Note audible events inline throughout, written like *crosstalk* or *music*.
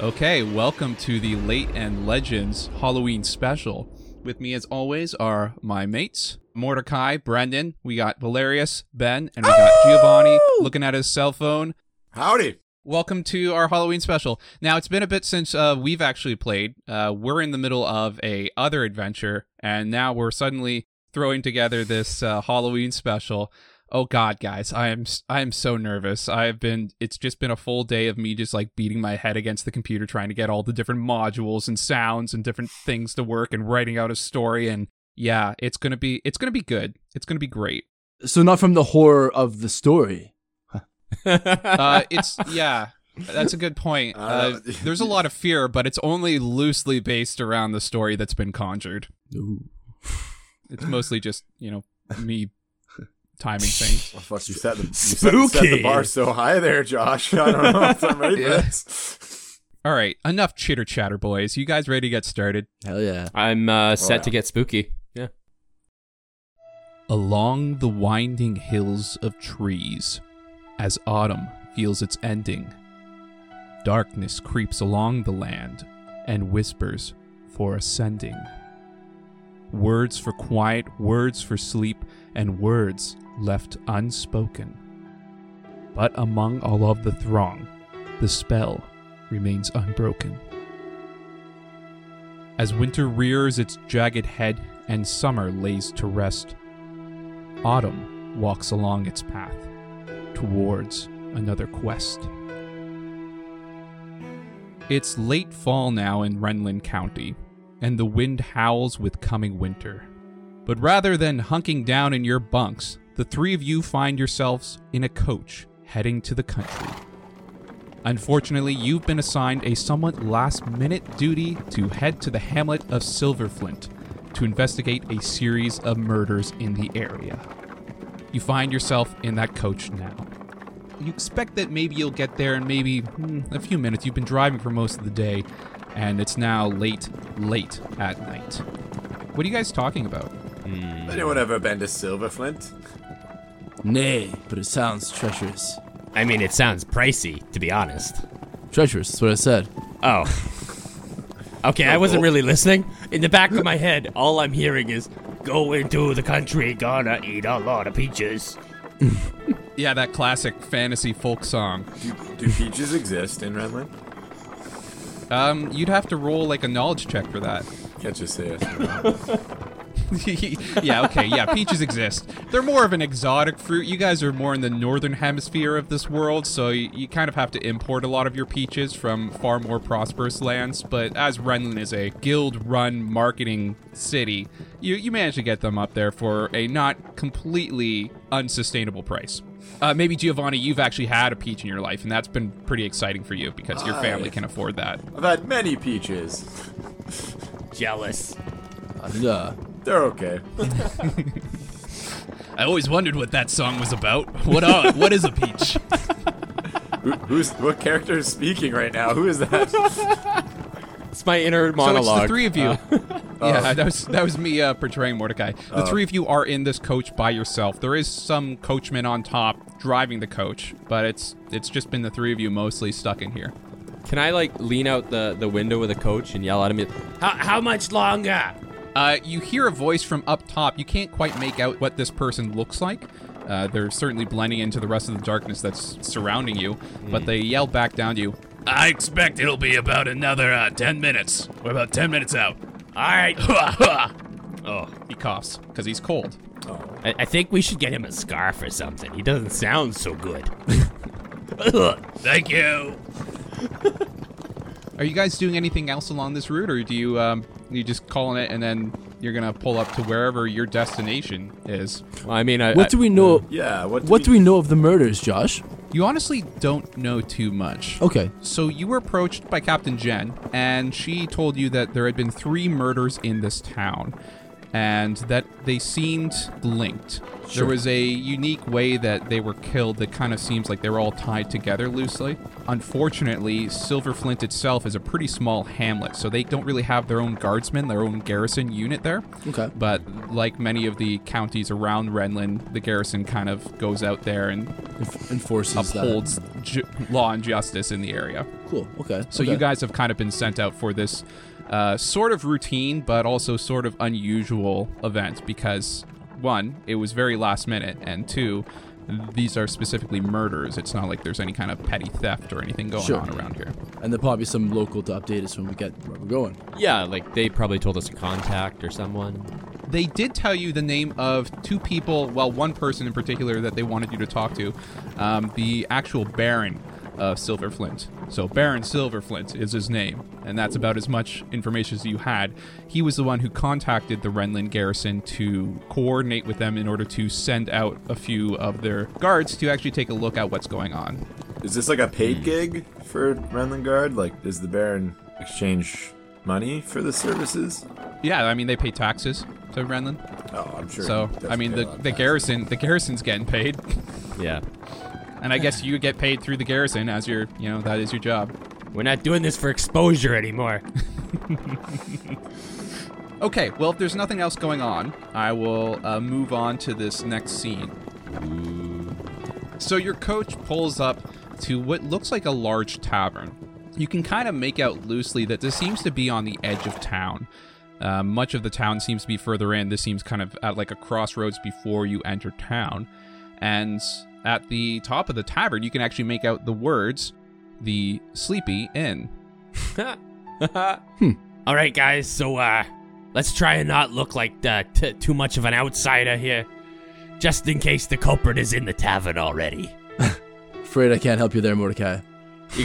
Okay, welcome to the Late and Legends Halloween special. With me, as always, are my mates Mordecai, Brendan, we got Valerius, Ben, and we got Giovanni looking at his cell phone. Howdy. Welcome to our Halloween special. Now it's been a bit since uh, we've actually played. Uh, we're in the middle of a other adventure, and now we're suddenly throwing together this uh, Halloween special. Oh God, guys, I am s- I am so nervous. I've been it's just been a full day of me just like beating my head against the computer trying to get all the different modules and sounds and different things to work and writing out a story and yeah, it's gonna be it's gonna be good. It's gonna be great. So not from the horror of *laughs* the story. uh, it's yeah that's a good point *laughs* Uh, uh, there's a *laughs* lot of fear but it's only loosely based around the story that's been conjured it's mostly just you know me timing *laughs* things Well, Oh, fuck, you set the you set- set the Spooky. bar so high there, Josh. *laughs* I don't know if I'm *laughs* ready Yeah. for this. all right enough chitter chatter boys you guys ready to get started Hell yeah. I'm uh, set yeah. to get spooky. Yeah. Along the winding hills of trees, as autumn feels its ending, darkness creeps along the land and whispers for ascending. Words for quiet, words for sleep, and words left unspoken. But among all of the throng, the spell remains unbroken. As winter rears its jagged head and summer lays to rest, Autumn walks along its path towards another quest. It's late fall now in Renlin County, and the wind howls with coming winter. But rather than hunking down in your bunks, the three of you find yourselves in a coach heading to the country. Unfortunately, you've been assigned a somewhat last minute duty to head to the hamlet of Silverflint to investigate a series of murders in the area. You find yourself in that coach now. You expect that maybe you'll get there in maybe hmm, a few minutes. You've been driving for most of the day, and it's now late, late at night. What are you guys talking about? Anyone ever been to Silverflint? Nay, but it sounds treacherous. I mean, it sounds pricey, to be honest. Treacherous, that's what I said. Oh. Okay, I wasn't really listening. In the back of my head, all I'm hearing is go into the country, gonna eat a lot of peaches. Yeah, that classic fantasy folk song. Do, do peaches exist in Redland? Um, you'd have to roll like a knowledge check for that. Can't just say yes. or no. *laughs* yeah, okay, yeah, peaches exist. They're more of an exotic fruit. You guys are more in the northern hemisphere of this world, so you, you kind of have to import a lot of your peaches from far more prosperous lands. But as Renlin is a guild run marketing city, you, you manage to get them up there for a not completely unsustainable price. Uh, maybe Giovanni, you've actually had a peach in your life, and that's been pretty exciting for you because your family Nice. can afford that. I've had many peaches. Jealous. Uh, duh. They're okay. I always wondered what that song was about. What are, what is a peach? Who, *laughs* who's what character is speaking right now? Who is that? *laughs* It's my inner So it's monologue. the three of you. *laughs* yeah, that was that was me uh, portraying Mordecai. The three of you are in this coach by yourself. There is some coachman on top driving the coach, but it's it's just been the three of you mostly stuck in here. Can I, like, lean out the, the window of the coach and yell at him? How, how much longer? Uh, you hear a voice from up top. You can't quite make out what this person looks like. Uh, they're certainly blending into the rest of the darkness that's surrounding you, but they yell back down to you. I expect it'll be about another uh, ten minutes. We're about ten minutes out. All right. Oh, he coughs because he's cold. I, I think we should get him a scarf or something. He doesn't sound so good. *laughs* Thank you. Are you guys doing anything else along this route, or do you um, you just calling it and then you're gonna pull up to wherever your destination is? I mean, I, What do we know? Yeah. What? Do What we, do we know of the murders, Josh? You honestly don't know too much. Okay. So you were approached by Captain Jen, and she told you that there had been three murders in this town. and that they seemed linked. There was a unique way that they were killed that kind of seems like they were all tied together loosely. Unfortunately, Silverflint itself is a pretty small hamlet, so they don't really have their own guardsmen, their own garrison unit there. Okay. But like many of the counties around Renland, the garrison kind of goes out there and Enf- enforces upholds ju- law and justice in the area. that. Cool. Okay. So you guys have kind of been sent out for this uh, sort of routine, but also sort of unusual event because one, it was very last minute, and two, these are specifically murders. It's not like there's any kind of petty theft or anything going Sure. on around here. and there'll probably be some local to update us when we get where we're going. Yeah, like they probably told us to contact or someone. They did tell you the name of two people, well, one person in particular that they wanted you to talk to, um, the actual Baron of Silverflint. So, Baron Silverflint is his name, and that's about as much information as you had. He was the one who contacted the Renlin garrison to coordinate with them in order to send out a few of their guards to actually take a look at what's going on. Is this like a paid gig for Renlin Guard? Like, does the Baron exchange money for the services? Yeah, I mean, they pay taxes to Renlin. Oh, I'm sure. So, he doesn't I mean, pay a the, lot of the taxes. garrison, the garrison's getting paid. *laughs* Yeah. And I guess you get paid through the garrison as your, you know, that is your job. We're not doing this for exposure anymore. Okay, well, if there's nothing else going on, I will uh, move on to this next scene. So your coach pulls up to what looks like a large tavern. You can kind of make out loosely that this seems to be on the edge of town. Uh, much of the town seems to be further in. This seems kind of at like a crossroads before you enter town. And at the top of the tavern, you can actually make out the words, the Sleepy Inn. All right, guys. So, uh, let's try and not look like uh, t- too much of an outsider here, just in case the culprit is in the tavern already. Afraid I can't help you there, Mordecai. You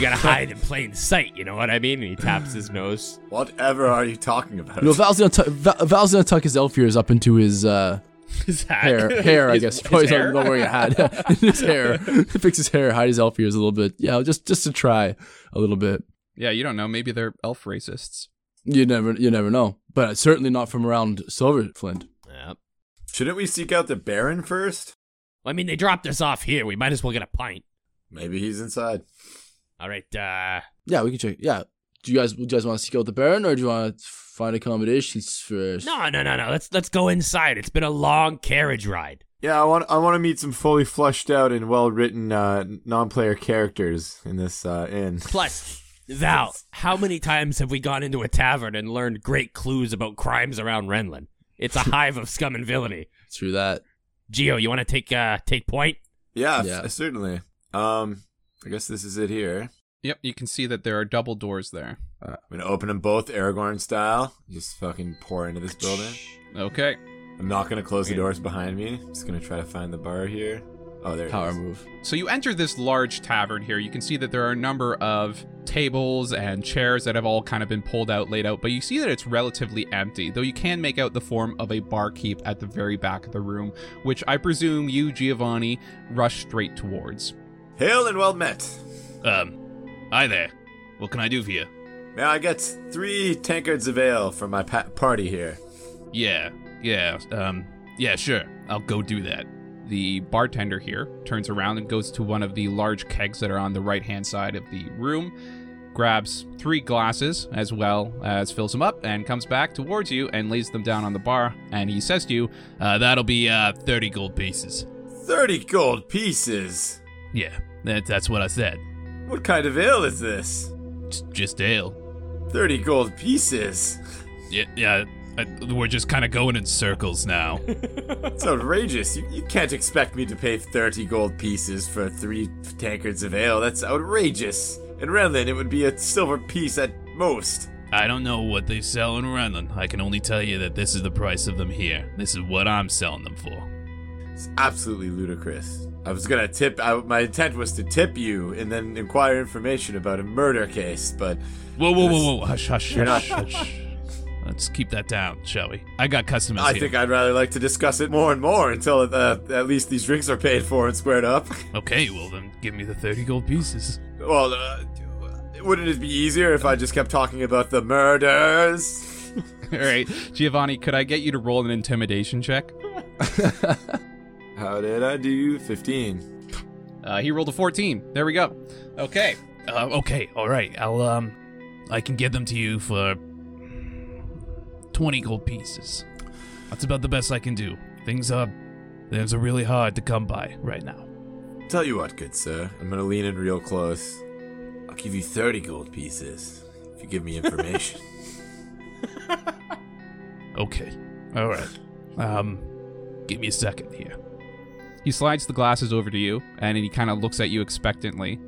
*laughs* gotta hide in plain sight. You know what I mean? And he taps his nose. Whatever are you talking about? You know, Val's gonna, tu- Val- Val's gonna tuck his elf ears up into *laughs* his uh, His *laughs* hat. *laughs* hair. Hair, I His- guess. his Probably not- hair? not wearing a hat. *laughs* his hair. Fix his hair. Hide his elf ears a little bit. Yeah, just just to try a little bit. Yeah, you don't know. Maybe they're elf racists. You never you never know. But certainly not from around Silverflint. Yep. Shouldn't we seek out the Baron first? I mean, they dropped us off here. We might as well get a pint. Maybe he's inside. All right. Uh, Yeah, we can check. Yeah. Do you guys do you guys want to seek out the Baron or do you want to find accommodations first? no, no, no, no. Let's let's go inside. It's been a long carriage ride. Yeah, I want I want to meet some fully fleshed out and well written uh, non player characters in this uh, inn. Plus, Val, how many times have we gone into a tavern and learned great clues about crimes around Renlin? It's a hive of scum and villainy. Through that. Geo, you want to take uh take point? Yeah, Yeah. yeah. certainly. Um, I guess this is it here. Yep, you can see that there are double doors there. Uh, I'm gonna open them both Aragorn style. Just fucking pour into this building. Okay. I'm not gonna close the doors behind me. I'm just gonna try to find the bar here. Oh, there it Power is. move. *laughs* So you enter this large tavern here. You can see that there are a number of tables and chairs that have all kind of been pulled out, laid out, but you see that it's relatively empty, though you can make out the form of a barkeep at the very back of the room, which I presume you, Giovanni, rush straight towards. Hail and well met. Um, hi there. What can I do for you? May I get three tankards of ale for my pa- party here? Yeah, yeah, um, yeah, sure. I'll go do that. The bartender here turns around and goes to one of the large kegs that are on the right hand side of the room, grabs three glasses as well as fills them up, and comes back towards you and lays them down on the bar. And he says to you, Uh, that'll be, uh, 30 gold pieces. 30 gold pieces. Yeah, that, that's what I said. What kind of ale is this? J- just ale. 30 gold pieces. Yeah, yeah, I, we're just kind of going in circles now. It's outrageous. You, you can't expect me to pay 30 gold pieces for three tankards of ale. That's outrageous. In Renlin, it would be a silver piece at most. I don't know what they sell in Renland. I can only tell you that this is the price of them here. This is what I'm selling them for. It's absolutely ludicrous. I was gonna tip. I, my intent was to tip you and then inquire information about a murder case, but Whoa, whoa, whoa, whoa. Hush, hush, You're hush, hush. Let's keep that down, shall we? I got customers I here. think I'd rather like to discuss it more and more until uh, at least these drinks are paid for and squared up. *laughs* Okay, well then, give me the 30 gold pieces. well, uh, wouldn't it be easier if I just kept talking about the murders? *laughs* All right, Giovanni, could I get you to roll an intimidation check? How did I do? 15. Uh, he rolled a 14. There we go. Okay. Uh, okay, all right. I'll um, I can give them to you for twenty gold pieces. That's about the best I can do. Things are things are really hard to come by right now. Tell you what, good sir. I'm gonna lean in real close. I'll give you 30 gold pieces if you give me information. Okay, all right. Um, give me a second here. He slides the glasses over to you, and he kind of looks at you expectantly.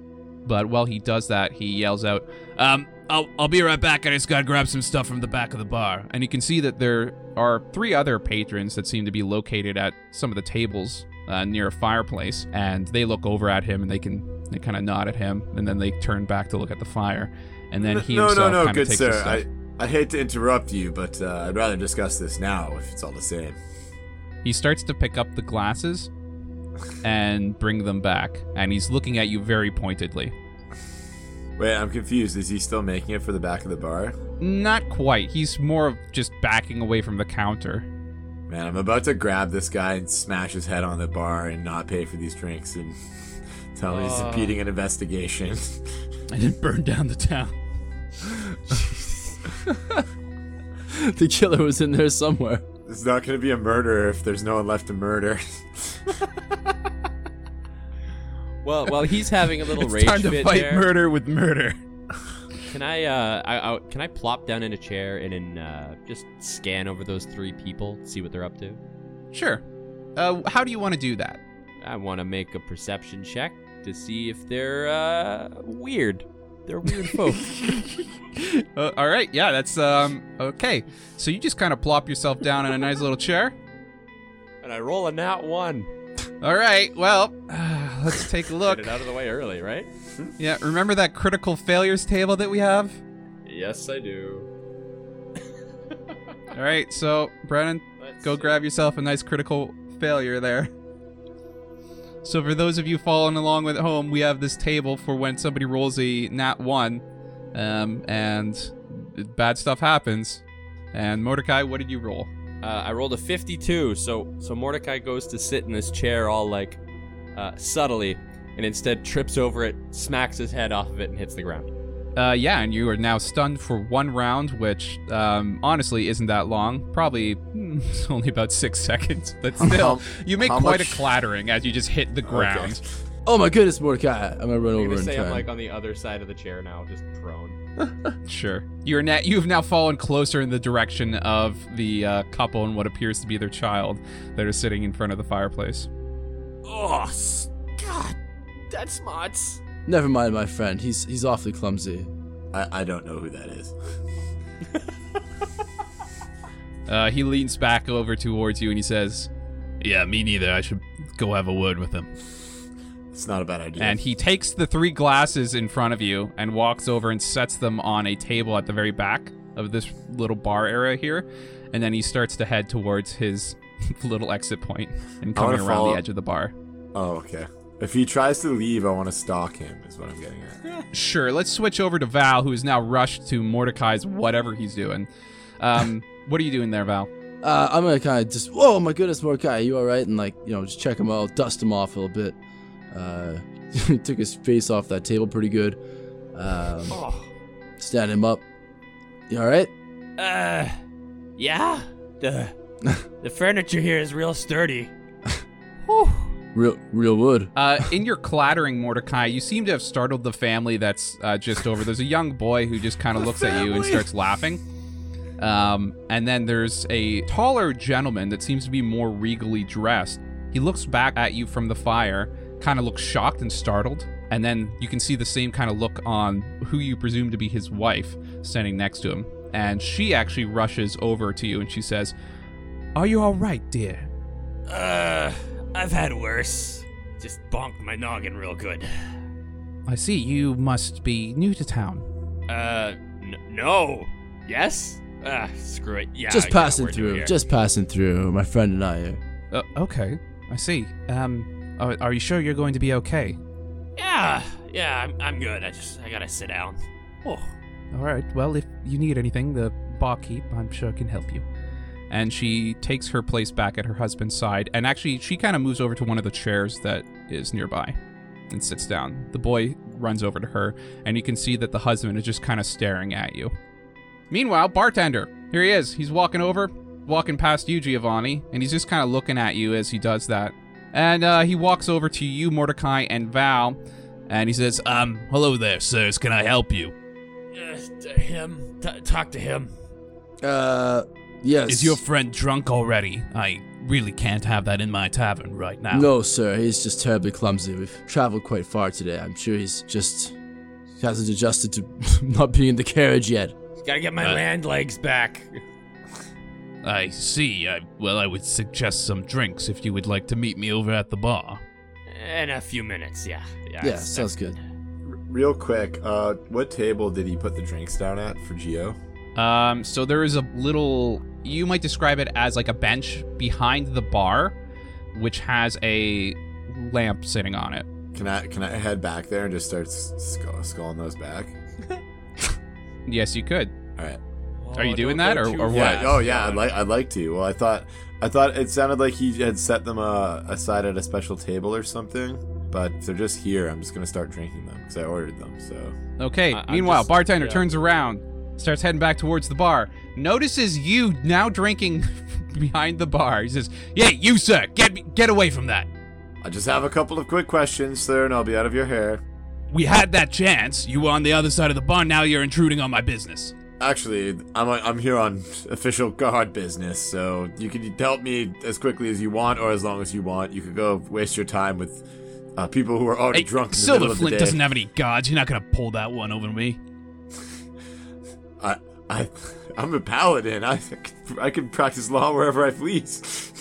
But while he does that, he yells out, Um, I'll I'll be right back. I just gotta grab some stuff from the back of the bar. and you can see that there are three other patrons that seem to be located at some of the tables uh, near a fireplace, and they look over at him and they can they kind of nod at him, and then they turn back to look at the fire, and then he no, no, himself no, kind of good takes sir. a step. I, I hate to interrupt you, but uh, I'd rather discuss this now if it's all the same. He starts to pick up the glasses and bring them back, and he's looking at you very pointedly. Wait, I'm confused. Is he still making it for the back of the bar? Not quite. He's more of just backing away from the counter. Man, I'm about to grab this guy and smash his head on the bar and not pay for these drinks and *laughs* tell him he's impeding an investigation. *laughs* I didn't burn down the town. the killer was in there somewhere. It's not going to be a murder if there's no one left to murder. *laughs* Well, while he's having a *laughs* little rage fit there, murder with murder. can I, uh, I, I can I plop down in a chair and then uh, just scan over those three people, see what they're up to? Sure. Uh, how do you want to do that? I want to make a perception check to see if they're uh, weird. *laughs* They're weird folk. *laughs* Uh, all right, yeah, that's um okay. So you just kind of plop yourself down in a nice little chair. and I roll a nat one. All right, well, *sighs* uh, let's take a Get look. it out of the way early, right? Yeah, remember that critical failures table that we have? Yes, I do. All right, so Brennan, Let's go see. grab yourself a nice critical failure there. So for those of you following along with home, we have this table for when somebody rolls a nat one, um, and bad stuff happens. And Mordecai, what did you roll? Uh, I rolled a 52, so so Mordecai goes to sit in this chair all like uh, subtly, and instead trips over it, smacks his head off of it, and hits the ground. Uh, yeah, and you are now stunned for one round, which um, honestly isn't that long. Probably mm, it's *laughs* only about six seconds, but still, *laughs* How- you make how quite much- a clattering as you just hit the ground. Oh my goodness, Mordecai! I'm gonna run I'm over gonna and say try. I'm like and- uh, on the other side of the chair now, just prone. Sure, you're now you've now fallen closer in the direction of the uh, couple and what appears to be their child that are sitting in front of the fireplace. Oh, That's Mott's. Never mind, my friend. He's he's awfully clumsy. I, I don't know who that is. Uh, he leans back over towards you and he says, Yeah, me neither. I should go have a word with him. It's not a bad idea. And he takes the three glasses in front of you and walks over and sets them on a table at the very back of this little bar area here. And then he starts to head towards his *laughs* little exit point and I wanna coming around follow- the edge of the bar. oh, okay. If he tries to leave, I want to stalk him, is what I'm getting at. Sure, let's switch over to Val, who is now rushed to Mordecai's whatever he's doing. Um, what are you doing there, Val? Uh, I'm gonna kind of just, whoa, my goodness, Mordecai, you all right? And like, you know, just check him out, dust him off a little bit. Uh, *laughs* took his face off that table pretty good. Um, Oh, Stand him up. You all right? Uh, yeah. The the furniture here is real sturdy. Whew. Real, real wood. Uh, in your clattering, Mordecai, you seem to have startled the family that's uh, just over. There's a young boy who just kind of looks at you and starts laughing. Um, and then there's a taller gentleman that seems to be more regally dressed. He looks back at you from the fire, kind of looks shocked and startled. And then you can see the same kind of look on who you presume to be his wife standing next to him. And she actually rushes over to you and she says, Are you all right, dear? Uh, I've had worse. Just bonked my noggin real good. I see you must be new to town. Uh, n- no. Yes. Ah, screw it. Yeah. just yeah, passing we're new through. here. Just passing through. My friend and I are. Uh, okay, I see. Um, are, are you sure you're going to be okay? Yeah. Yeah. I'm, I'm good. I just I gotta sit down. Oh. All right. Well, if you need anything, the barkeep. I'm sure can help you. And she takes her place back at her husband's side, and actually she kind of moves over to one of the chairs that is nearby and sits down. The boy runs over to her, and you can see that the husband is just kind of staring at you. Meanwhile, bartender, here he is. He's walking over, walking past you, Giovanni, and he's just kind of looking at you as he does that. And uh, he walks over to you, Mordecai, and Val, and he says, Um, hello there, sirs. Can I help you? Uh, t- him. T- talk to him. Uh, yes. Is your friend drunk already? I really can't have that in my tavern right now. No, sir. He's just terribly clumsy. We've traveled quite far today. I'm sure he's just hasn't adjusted to *laughs* not being in the carriage yet. Gotta get my Uh, land legs back. I see. I, well, I would suggest some drinks if you would like to meet me over at the bar. In a few minutes, yeah. Yeah, yeah, sounds good. Real quick, uh, what table did he put the drinks down at for Geo? Um, so there is a little, you might describe it as like a bench behind the bar, which has a lamp sitting on it. Can I can I head back there and just start s- scull- sculling those back? Yes, you could. All right. Oh, Are you doing that, or, or what? Yeah. Oh yeah. I'd like I'd like to. Well, I thought I thought it sounded like he had set them uh, aside at a special table or something. But if they're just here, I'm just gonna start drinking them because I ordered them. So Okay. I- I'm Meanwhile, just- bartender yeah. turns around, starts heading back towards the bar. Notices you now drinking *laughs* behind the bar. He says, "Yeah, you sir, get me- get away from that. I just have a couple of quick questions, sir, and I'll be out of your hair. We had that chance. You were on the other side of the bar. Now you're intruding on my business. Actually, I'm I'm here on official guard business, so you can help me as quickly as you want or as long as you want. You could go waste your time with uh, people who are already Hey, drunk in the middle Silver of the Flint day. doesn't have any guards. You're not gonna pull that one over me. I, I, I'm a paladin. I, I can practice law wherever I please.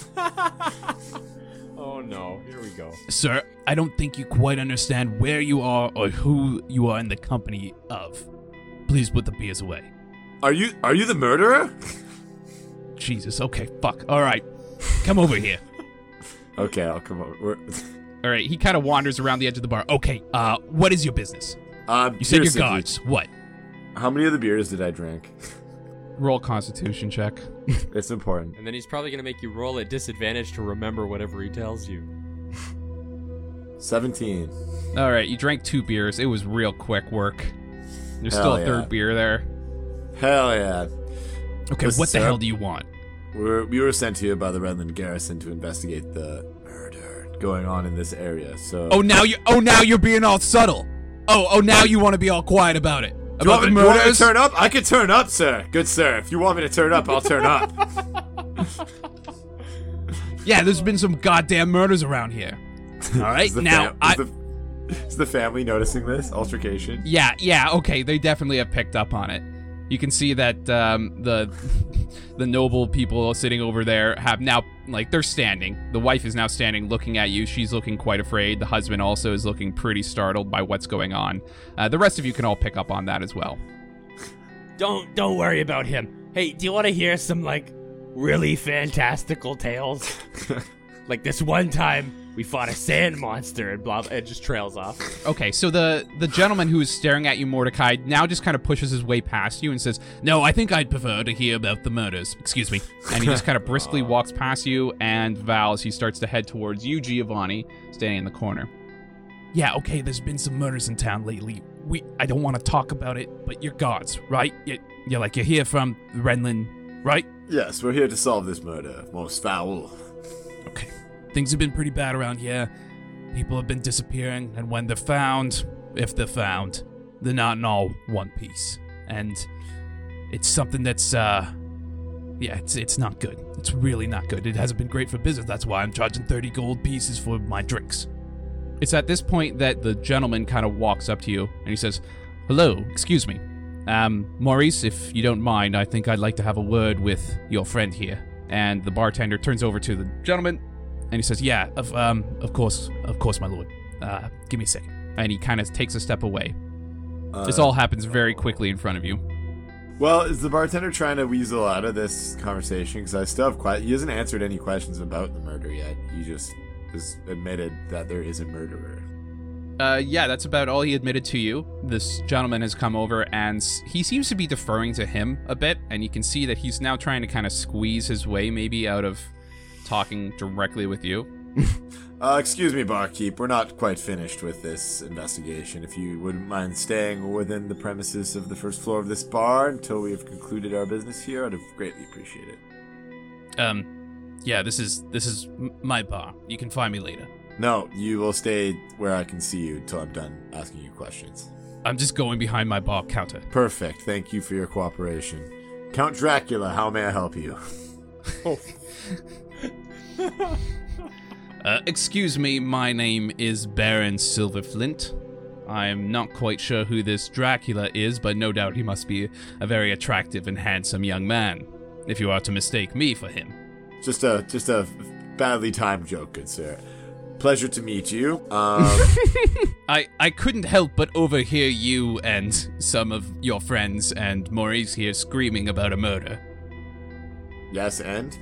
Oh no, here we go. Sir, I don't think you quite understand where you are or who you are in the company of. Please put the beers away. Are you are you the murderer? Jesus, okay, fuck. All right, come over here. Okay, I'll come over. We're, All right. He kind of wanders around the edge of the bar. Okay, uh, what is your business? um, You said here, you're Sydney, guards. What? How many of the beers did I drink? Roll Constitution check. It's important. And then he's probably gonna make you roll at disadvantage to remember whatever he tells you. Seventeen. All right. You drank two beers. It was real quick work. There's still Hell a yeah. third beer there. Hell yeah. Okay, Listen, what the sir. hell do you want? We're, we were sent here by the Redland Garrison to investigate the murder going on in this area. So. Oh, now you. Oh, now you're being all subtle. Oh, oh, now you want to be all quiet about it. Do you, About want the me, do you want me to murders. turn up? I could turn up, sir. Good sir. If you want me to turn up, I'll *laughs* turn up. Yeah, there's been some goddamn murders around here. All right, Is the now fam- I. is, the, is the family noticing this altercation? Yeah, yeah, okay. They definitely have picked up on it. You can see that um, the *laughs* the noble people sitting over there have now like they're standing. The wife is now standing, looking at you. She's looking quite afraid. The husband also is looking pretty startled by what's going on. Uh, the rest of you can all pick up on that as well. Don't don't worry about him. Hey, do you want to hear some like really fantastical tales? like this one time we fought a sand monster and blah. It just trails off. Okay, so the the gentleman who is staring at you, Mordecai, now just kind of pushes his way past you and says, No, I think I'd prefer to hear about the murders. Excuse me. and *laughs* he just kind of briskly walks past you and Val as he starts to head towards you, Giovanni, standing in the corner. Yeah, okay, there's been some murders in town lately. We I don't want to talk about it, but you're gods, right? You're, you're like you're here from Renlin, right? Yes, we're here to solve this murder. Most foul. Okay. Things have been pretty bad around here. People have been disappearing, and when they're found, if they're found, they're not in all one piece. And it's something that's uh yeah, it's it's not good. It's really not good. It hasn't been great for business. That's why I'm charging 30 gold pieces for my drinks. It's at this point that the gentleman kind of walks up to you and he says, Hello, excuse me. Um, Maurice, if you don't mind, I think I'd like to have a word with your friend here. And the bartender turns over to the gentleman and he says, Yeah, Of um of course, of course, my lord. Uh give me a second. and he kind of takes a step away. Uh, This all happens very quickly in front of you. Well, is the bartender trying to weasel out of this conversation? Because I still have quite. He hasn't answered any questions about the murder yet. He just has admitted that there is a murderer. Uh, yeah, that's about all he admitted to you. This gentleman has come over and s- he seems to be deferring to him a bit, and you can see that he's now trying to kind of squeeze his way maybe out of talking directly with you. Uh, excuse me, barkeep. We're not quite finished with this investigation. If you wouldn't mind staying within the premises of the first floor of this bar until we have concluded our business here, I'd greatly appreciate it. Um, yeah, this is this is m- my bar. You can find me later. No, you will stay where I can see you until I'm done asking you questions. I'm just going behind my bar counter. Perfect. Thank you for your cooperation. Count Dracula, how may I help you? *laughs* Uh, excuse me, my name is Baron Silverflint. I'm not quite sure who this Dracula is, but no doubt he must be a very attractive and handsome young man, if you are to mistake me for him. Just a just a badly timed joke, good sir. Pleasure to meet you. Um, *laughs* I, I couldn't help but overhear you and some of your friends and Maurice here screaming about a murder. yes, and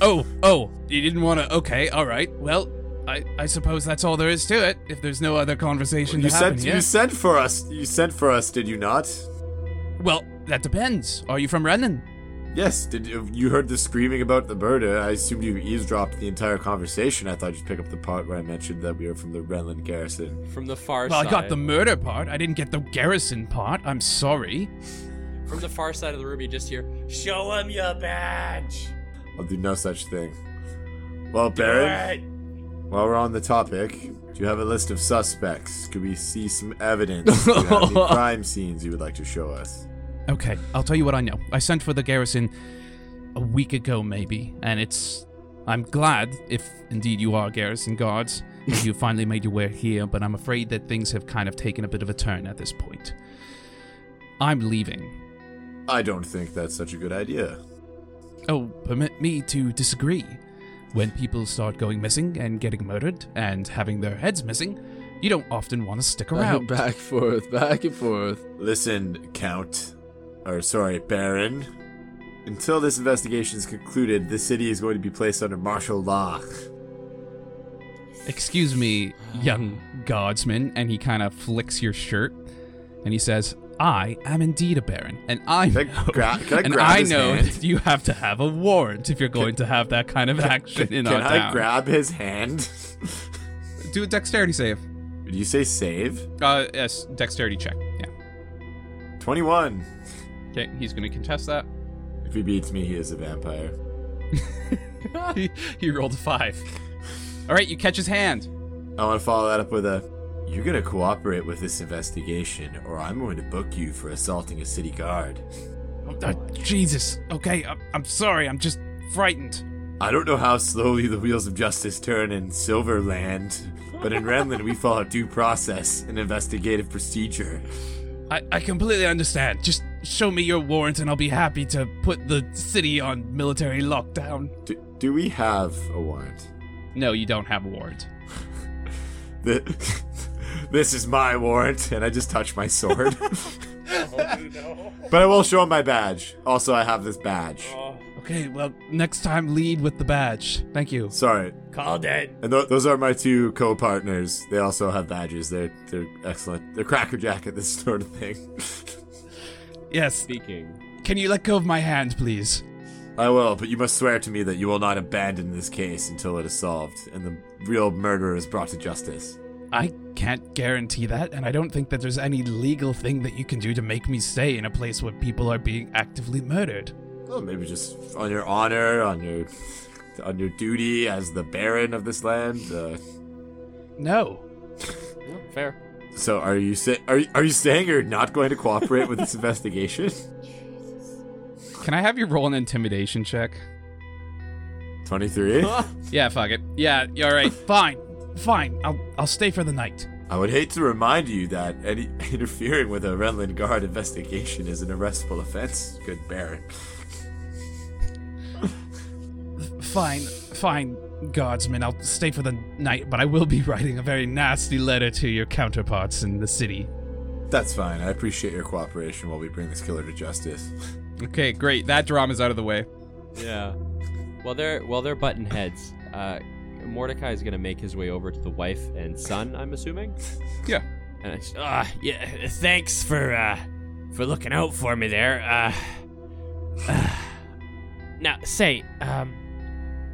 Oh, oh, you didn't want to. Okay, all right. Well, I, I suppose that's all there is to it. If there's no other conversation you to happen sent here. you sent for us. You sent for us, did you not? well, that depends. Are you from Renan? Yes. Did you you heard the screaming about the murder? I assumed you eavesdropped the entire conversation. I thought you'd pick up the part where I mentioned that we were from the Renland garrison. From the far Well, side. I got the murder part. I didn't get the garrison part. I'm sorry. From the far side of the room, you just hear, Show him your badge. I'll do no such thing. Well, Do Baron. it. While we're on the topic, do you have a list of suspects? Could we see some evidence? Do you have any crime scenes you would like to show us? Okay, I'll tell you what I know. I sent for the garrison a week ago, maybe, and it's. I'm glad, if indeed you are garrison guards, that you finally made your way here, but I'm afraid that things have kind of taken a bit of a turn at this point. I'm leaving. I don't think that's such a good idea. Oh, permit me to disagree. When people start going missing and getting murdered and having their heads missing, you don't often want to stick Back, around. back forth, back and forth. Listen, Count, or sorry, Baron. Until this investigation is concluded, the city is going to be placed under martial law. Excuse me, young guardsman. And he kind of flicks your shirt and he says, I am indeed a baron. And I know, *laughs* Can I gra- can I and grab I his know hand?" that you have to have a warrant if you're going to have that kind of action in Can our I town. grab his hand? *laughs* Do a dexterity save. Did you say save? Uh, yes, dexterity check. Yeah. 21. Okay, he's going to contest that. *laughs* If he beats me, he is a vampire. he, he rolled a five. All right, you catch his hand. I want to follow that up with a You're going to cooperate with this investigation, or I'm going to book you for assaulting a city guard. Oh, uh, Jesus. Okay, I, I'm sorry. I'm just frightened. I don't know how slowly the wheels of justice turn in Silverland, but in Renland we follow due process and investigative procedure. I, I completely understand. Just show me your warrant and I'll be happy to put the city on military lockdown. Do, do we have a warrant? No, you don't have a warrant. The, *laughs* this is my warrant, and I just touch my sword. But I will show him my badge. Also, I have this badge. Okay, well, next time lead with the badge. Thank you. Sorry. Called it. And th- those are my two co-partners. They also have badges. They're they're excellent. They're crackerjack at this *laughs* sort of thing. Yes, speaking. can you let go of my hand, please? I will, but you must swear to me that you will not abandon this case until it is solved and the real murderer is brought to justice. I can't guarantee that, and I don't think that there's any legal thing that you can do to make me stay in a place where people are being actively murdered. Well, maybe just on your honor, on your on your duty as the baron of this land. Uh, No. Yeah, fair. so, are you sa- are you- are you saying you're not going to cooperate *laughs* with this investigation? Can I have you roll an intimidation check? Twenty three. Yeah, fuck it. Yeah, all right. *laughs* fine. Fine. I'll I'll stay for the night. I would hate to remind you that any *laughs* interfering with a Renland Guard investigation is an arrestable offense, good Baron. Fine, fine, guardsman. I'll stay for the night, but I will be *laughs* writing a very nasty letter to your counterparts in the city. That's fine. I appreciate your cooperation while we bring this killer to justice. Okay, great. That drama's out of the way. Yeah. While they're while they're button heads, uh, Mordecai is gonna make his way over to the wife and son. I'm assuming. Yeah. And it's, Uh, yeah, thanks for uh for looking out for me there. Uh, uh, *sighs* Now, say, um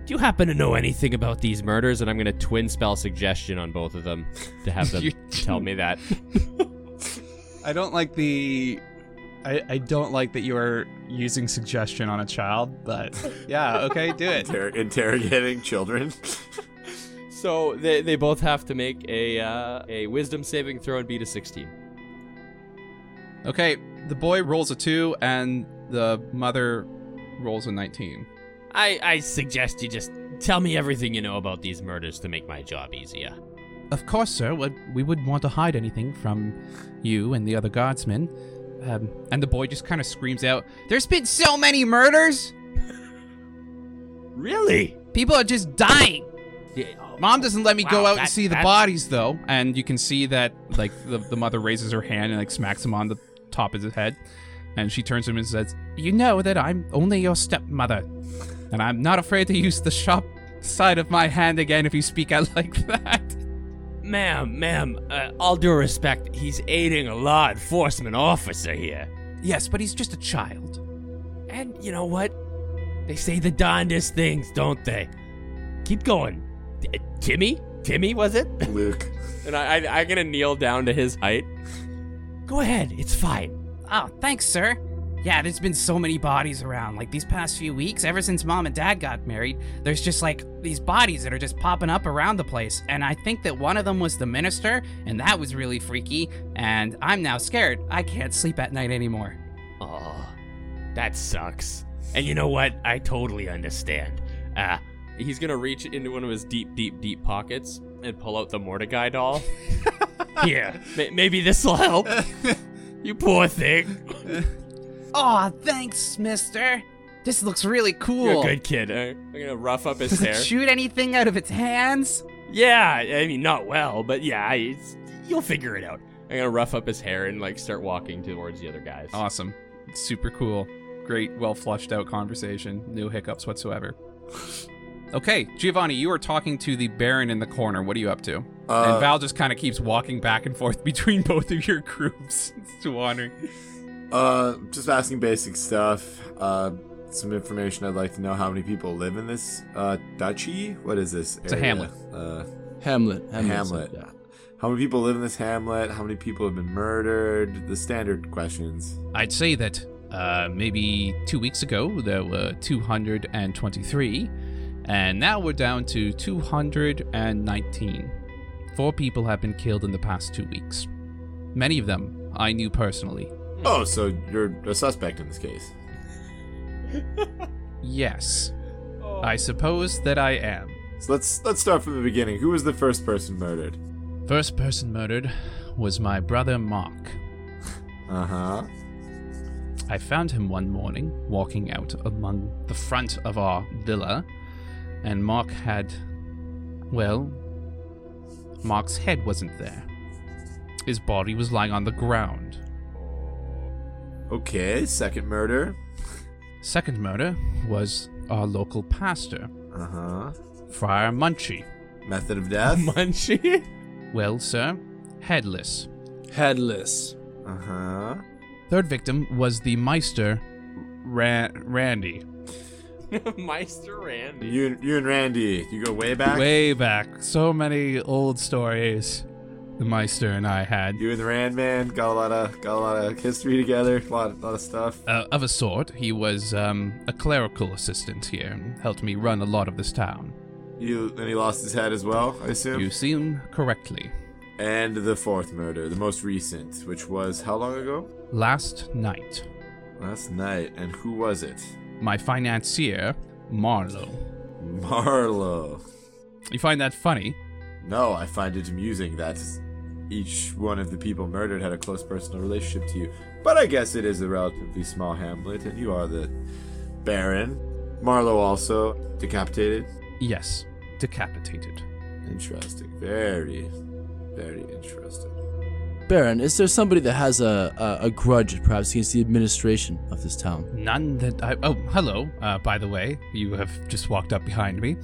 do you happen to know anything about these murders? murders, and I'm gonna twin spell suggestion on both of them to have *laughs* them You- tell me that. I don't like the. I, I don't like that you are using suggestion on a child, but yeah, okay, do it. Inter- interrogating children. *laughs* So they, they both have to make a uh, a wisdom saving throw and beat a 16. Okay, the boy rolls a 2 and the mother rolls a 19. I I suggest you just tell me everything you know about these murders to make my job easier. Of course, sir. We- We wouldn't want to hide anything from you and the other guardsmen. Um, And the boy just kind of screams out, There's been so many murders! Really? People are just dying! Mom doesn't let me go Wow, out and that- see the that's- bodies, though. And you can see that, like, the, the mother raises her hand and, like, smacks him on the top of his head. And she turns to him and says, You know that I'm only your stepmother. And I'm not afraid to use the sharp side of my hand again if you speak out *laughs* like that. Ma'am, ma'am, uh, all due respect, he's aiding a law enforcement officer here. Yes, but he's just a child. And you know what? They say the darndest things, don't they? Keep going. T- uh, Timmy? Timmy, was it? *laughs* Luke. And I, I I'm gonna kneel down to his height. Go ahead, it's fine. Oh, thanks, sir. Yeah, there's been so many bodies around. Like these past few weeks, ever since mom and dad got married, there's just like these bodies that are just popping up around the place. And I think that one of them was the minister, and that was really freaky. And I'm now scared. I can't sleep at night anymore. Oh, that sucks. And you know what? I totally understand. Uh, He's gonna reach into one of his deep, deep, deep pockets and pull out the Mordecai doll. here, may- maybe this'll help. you poor thing. Aw, thanks, mister. This looks really You're cool. a good kid. eh? I'm gonna rough up *laughs* his hair. Shoot anything out of its hands? Yeah, I mean, not well, but yeah, I- it's, you'll figure it out. I'm gonna rough up his hair and like start walking towards the other guys. Awesome. Super cool. Great, well flushed out conversation. No hiccups whatsoever. Okay, Giovanni, you are talking to the Baron in the corner. What are you up to? and Uh, Val just kind of keeps walking back and forth *laughs* between both of your groups. *laughs* It's too honoring. uh, just asking basic stuff. Uh, some information I'd like to know. How many people live in this uh, duchy? What is this? It's a area? hamlet. Uh, Hamlet. Hamlet. Yeah. how many people live in this hamlet? How many people have been murdered? The standard questions. I'd say that uh, maybe two weeks ago there were 223, and now we're down to 219. Four people have been killed in the past two weeks. Many of them I knew personally. Oh, so you're a suspect in this case. Yes, I suppose that I am. So let's let's start from the beginning. Who was the first person murdered? First person murdered was my brother Mark. Uh huh. I found him one morning walking out among the front of our villa, and Mark had. Well, Mark's head wasn't there. His body was lying on the ground. Okay. Second murder. Second murder was our local pastor, Uh huh. Friar Munchie. Method of *laughs* death. Munchie. Well, sir, headless. Headless. Uh huh. Third victim was the Meister, Ra- Randy. Meister Randy. You you and Randy, you go way back. Way back. So many old stories the Meister and I had. You and the Rand Man got a lot of got a lot of history together, a lot lot of stuff. uh, of a sort. He was um, a clerical assistant here and helped me run a lot of this town. You and he lost his head as well, I assume. You seem correctly. And the fourth murder, the most recent, which was how long ago? Last night, Last night. And who was it? my financier, Marlowe. Marlowe. You find that funny? No, I find it amusing that each one of the people murdered had a close personal relationship to you. But I guess it is a relatively small hamlet, and you are the Baron. Marlowe also decapitated. Yes, decapitated. Interesting. Very, very interesting. Baron, is there somebody that has a, a, a grudge, perhaps against the administration of this town? None that I. Oh, hello, uh, by the way. You have just walked up behind me.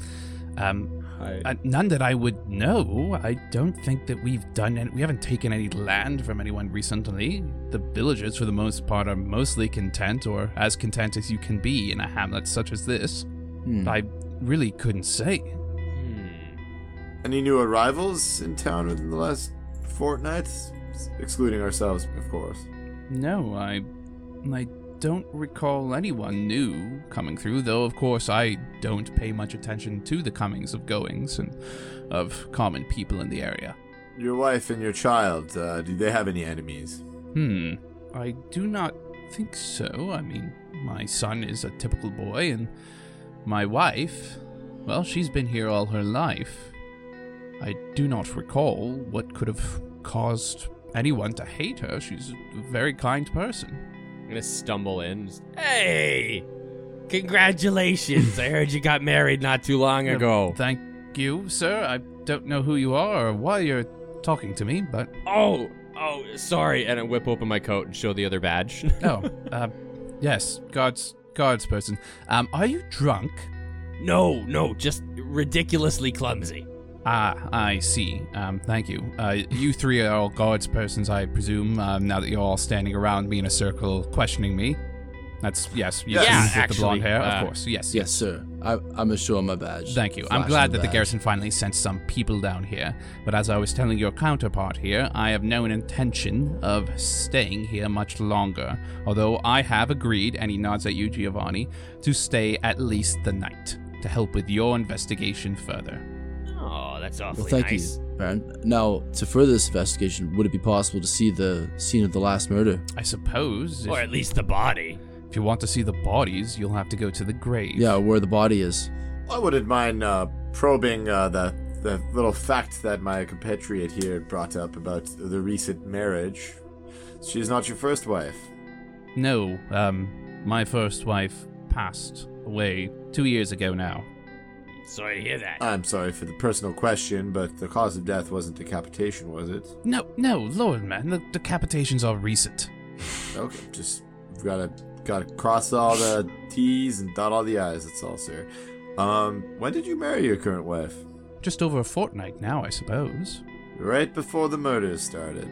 Um, I, Uh, none that I would know. I don't think that we've done any. We haven't taken any land from anyone recently. The villagers, for the most part, are mostly content, or as content as you can be in a hamlet such as this. Hmm. I really couldn't say. Hmm. Any new arrivals in town within the last fortnight? Excluding ourselves, of course. No, I, I don't recall anyone new coming through. Though, of course, I don't pay much attention to the comings of goings and of common people in the area. Your wife and your child, uh, do they have any enemies? Hmm. I do not think so. I mean, my son is a typical boy, and my wife, well, she's been here all her life. I do not recall what could have caused anyone to hate her. She's a very kind person. am gonna stumble in. Hey! Congratulations! I heard you got married not too long ago. Thank you, sir. I don't know who you are or why you're talking to me, but Oh, oh, sorry. And I whip open my coat and show the other badge. *laughs* oh, uh, yes, guards, guards person. Um, are you drunk? No, no, just ridiculously clumsy. Ah, I see. Um, thank you. Uh, you three are all guards persons, I presume, um, now that you're all standing around me in a circle questioning me. That's, yes, yes, Yeah, with the blonde actually, hair, uh, of course. Yes, Yes, sir. I, I'm assuring my badge. Thank you. I'm Flashing glad that the badge. garrison finally sent some people down here. But as I was telling your counterpart here, I have no intention of staying here much longer. Although I have agreed, and he nods at you, Giovanni, to stay at least the night to help with your investigation further. Oh, that's awfully Well, thank nice. you, Baron. Now, to further this investigation, would it be possible to see the scene of the last murder? I suppose. if Or at least the body. If you want to see the bodies, you'll have to go to the grave. Yeah, where the body is. I wouldn't mind uh, probing uh, the the little fact that my compatriot here brought up about the recent marriage. She is not your first wife. No, um, my first wife passed away two years ago now. Sorry to hear that. Uh, I'm sorry for the personal question, but the cause of death wasn't decapitation, was it? No, no, Lord, man, the decapitations are recent. Okay, just gotta gotta cross all the T's and dot all the I's. That's all, sir. Um, when did you marry your current wife? Just over a fortnight now, I suppose. Right before the murders started.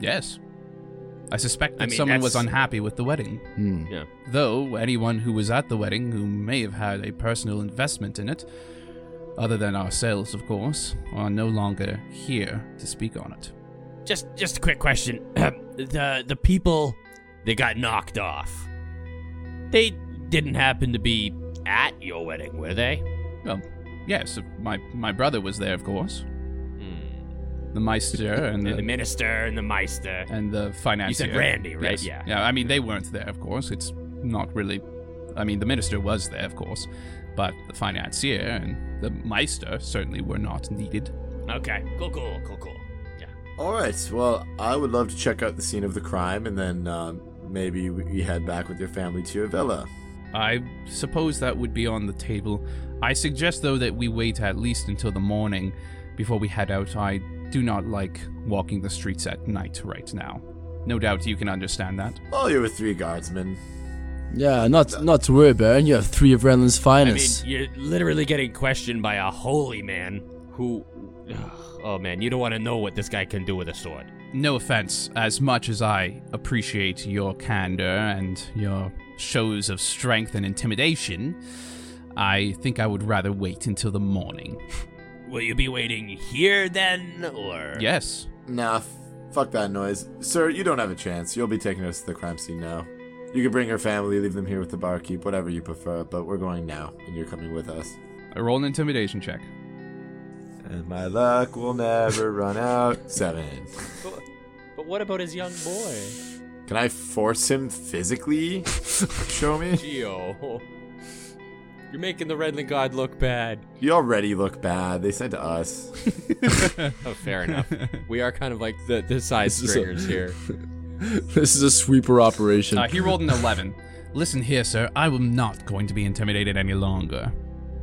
Yes. I suspect that mean, someone that's- was unhappy with the wedding. Hmm. Though anyone who was at the wedding who may have had a personal investment in it, other than ourselves, of course, are no longer here to speak on it. Just just a quick question. *clears throat* the the people that got knocked off. They didn't happen to be at your wedding, were they? Well, yes, my my brother was there, of course. Hmm. The *laughs* Meister and The, the the minister and the meister. and the financier. You said Randy, right? Yes. Yeah. Yeah. I mean, they weren't there, of course. It's not really. I mean, the minister was there, of course, but the financier and the Meister certainly were not needed. Okay. Cool, cool, cool, cool. All right. Well, I would love to check out the scene of the crime, and then um, maybe we we head back with your family to your villa. I suppose that would be on the table. I suggest, though, that we wait at least until the morning before we head out. I do not like walking the streets at night right now. No doubt you can understand that. Oh, you were three guardsmen. Yeah, not not to worry, Baron. You have three of Renlin's I mean, finest. you're literally getting questioned by a holy man who. Oh man, you don't want to know what this guy can do with a sword. no offense, as much as I appreciate your candor and your shows of strength and intimidation, I think I would rather wait until the morning. Will you be waiting here then, or? Yes. Nah, f- fuck that noise, sir. You don't have a chance. You'll be taking us to the crime scene now. You can bring your family, leave them here with the barkeep, whatever you prefer. But we're going now, and you're coming with us. I roll an intimidation check. And my luck will never *laughs* run out. Seven. but what about his young boy? Can I force him physically? Show me. Geo. You're making the Redland God look bad. You already look bad. They sent us. Oh, fair enough. We are kind of like the, the side stringers here. *laughs* this is a sweeper operation. Uh, he rolled an 11. Listen here, sir, I am not going to be intimidated any longer.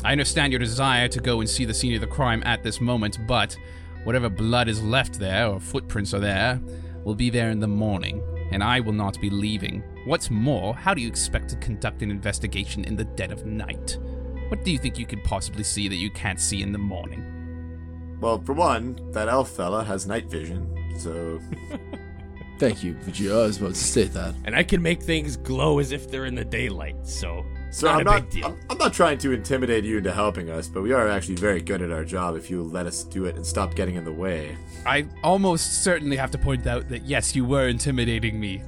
I understand your desire to go and see the scene of the crime at this moment, but whatever blood is left there, or footprints are there, will be there in the morning, and I will not be leaving. What's more, how do you expect to conduct an investigation in the dead of night? What do you think you can possibly see that you can't see in the morning? Well, for one, that elf fella has night vision, *laughs* so Thank you, Vijay. I was about to state that. And I can make things glow as if they're in the daylight, so it's So not I'm a not. big deal. I'm, I'm not trying to intimidate you into helping us, but we are actually very good at our job. If you let us do it and stop getting in the way, I almost certainly have to point out that yes, you were intimidating me.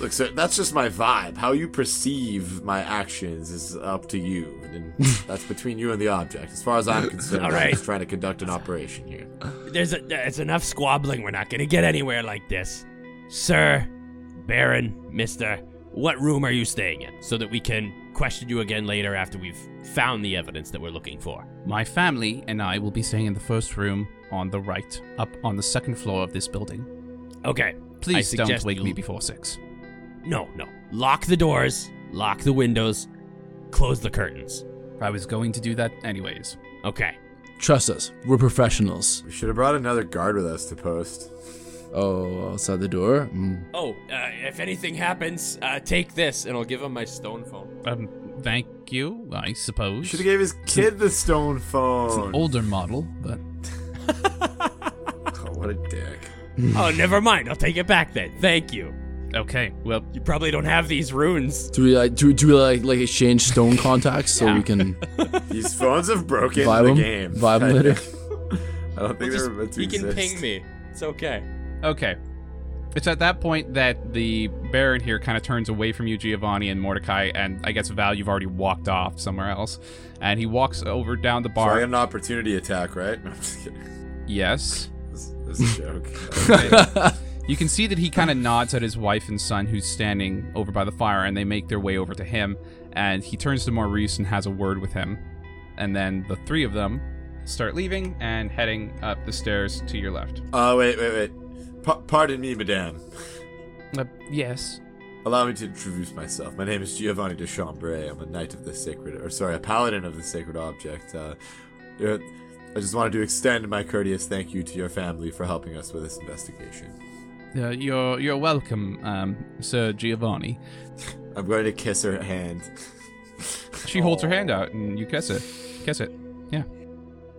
look, sir, that's just my vibe. How you perceive my actions is up to you, and *laughs* that's between you and the object. As far as I'm concerned, All I'm right. just trying to conduct an operation here. There's a, there's enough squabbling. We're not gonna get anywhere like this, sir, Baron, Mister. What room are you staying in, so that we can question you again later after we've found the evidence that we're looking for? My family and I will be staying in the first room on the right, up on the second floor of this building. Okay, Please don't suggest wake you- me before six. no, no. Lock the doors, lock the windows, close the curtains. I was going to do that anyways. Okay. Trust us, we're professionals. We should have brought another guard with us to post. Oh, outside the door? Mm. Oh, uh, if anything happens, uh, take this, and I'll give him my stone phone. Um, thank you, I suppose. Should have gave his kid the stone it's phone. an older model, but Oh, what a dick. Oh, never mind. I'll take it back then. Thank you. okay. Well, You probably don't have these runes. Do we like do, do we like like exchange stone contacts so we can *laughs* These phones have broken vibe the 'em? game. Vibe *laughs* 'em later? I don't think We'll they're just- meant to he can exist. ping me. It's okay. Okay. It's at that point that the Baron here kind of turns away from you, Giovanni and Mordecai, and I guess Val, you've already walked off somewhere else. And he walks over down the So I bar. got an opportunity attack, right? *laughs* No, I'm just kidding. yes. This, this is a joke. *laughs* You can see that he kind of nods at his wife and son who's standing over by the fire, and they make their way over to him. And he turns to Maurice and has a word with him. And then the three of them start leaving and heading up the stairs to your left. Oh, wait, wait, wait. Pa- pardon me, madame. Uh, yes. Allow me to introduce myself. My name is Giovanni de Chambray. I'm a knight of the sacred, or sorry, a paladin of the sacred object. Uh, uh, I just wanted to extend my courteous thank you to your family for helping us with this investigation. Uh, you're you're welcome, um, Sir Giovanni. I'm going to kiss her hand. *laughs* She holds her hand out and you kiss it. Kiss it. Yeah.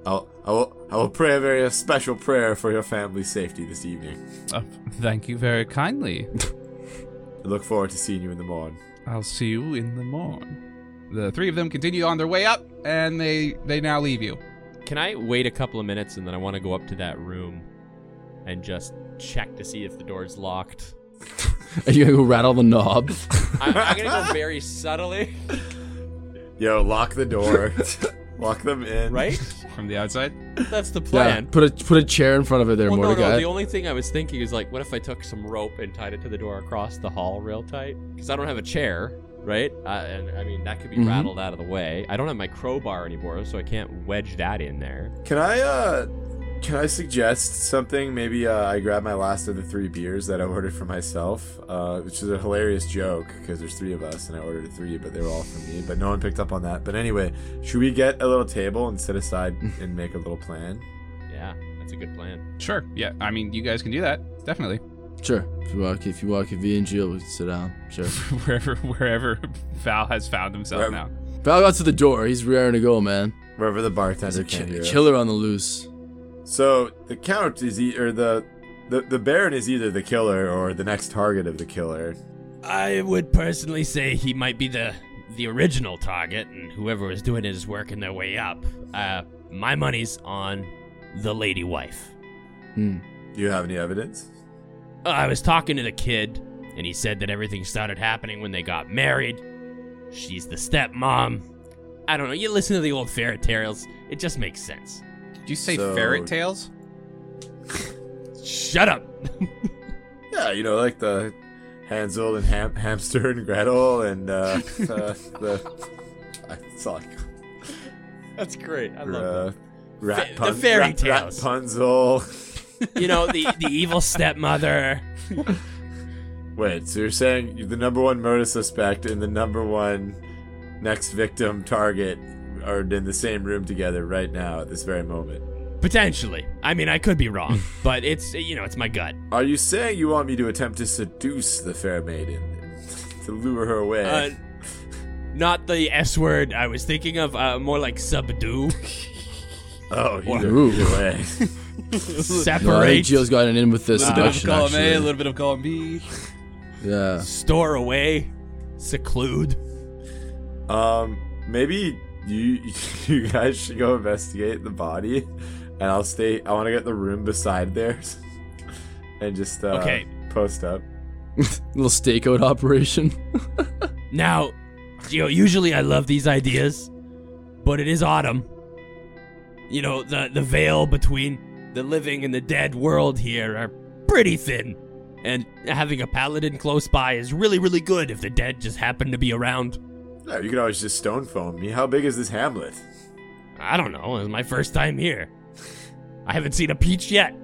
I'll, I will, I will pray a very special prayer for your family's safety this evening. Uh, thank you very kindly. I look forward to seeing you in the morn. I'll see you in the morn. The three of them continue on their way up and they they now leave you. Can I wait a couple of minutes, and then I want to go up to that room and just check to see if the door's locked? Are you gonna go rattle the knob? I, I'm gonna *laughs* go very subtly, Yo, lock the *laughs* door. lock them in. right? From the outside? That's the yeah, plan. put a put a chair in front of it there, Well, no, Mordecai. no. The only thing I was thinking is like, what if I took some rope and tied it to the door across the hall real tight? Because I don't have a chair, right? Uh, and I mean, that could be Mhm. rattled out of the way. I don't have my crowbar anymore, so I can't wedge that in there. Can I uh can I suggest something? Maybe uh, I grab my last of the three beers that I ordered for myself, uh, which is a hilarious joke because there's three of us and I ordered three, but they were all for me. But no one picked up on that. But anyway, should we get a little table and set *laughs* aside and make a little plan? Yeah, that's a good plan. Sure. Yeah. I mean, you guys can do that. Definitely. sure. If you want, if you want convenient, Jill, we can sit down. Sure. *laughs* wherever wherever Val has found himself Wherever- now. Val got to the door. He's raring to go, man. Wherever the There's bartender a can ki- hear. us. killer on the loose. So the count is e- or the, the the baron is either the killer or the next target of the killer. I would personally say he might be the the original target, and whoever was doing it is working their way up. Uh, my money's on the lady wife. Hmm. Do you have any evidence? Uh, I was talking to the kid, and he said that everything started happening when they got married. She's the stepmom. I don't know. You listen to the old fairy tales; it just makes sense. Did you say So- ferret tales? Shut up. *laughs* Yeah, you know, like the Hansel and Ham- Hamster and Gretel *laughs* and uh, uh, the. It's like That's great. I uh, rat Fa- the pun- fairy rat, tales. Rapunzel. You know the the evil stepmother. Wait, so you're saying you're the number one murder suspect and the number one next victim target are in the same room together right now at this very moment? Potentially. I mean, I could be wrong, but it's you know it's my gut. Are you saying you *laughs* want me to attempt to seduce the fair maiden, to lure her away? Uh, Not the S word I was thinking of, uh, more like subdue. Oh, either, Ooh. either way. *laughs* Well, I think separate, Gio's gotten in with this Little bit of seduction, column A, actually. little bit of column B. Yeah. Store away, seclude. Um, maybe you *laughs* you guys should go investigate the body, and I'll stay. I want to get the room beside theirs, *laughs* and just uh, Okay. post up. Little stakeout *laughs* operation. Now, you know, usually I love these ideas, but it is autumn. You know, the the veil between the living and the dead world here are pretty thin. And having a paladin close by is really, really good if the dead just happen to be around. Yeah, you could always just stone phone me. How big is this hamlet? I don't know, it's my first time here. I haven't seen a peach yet.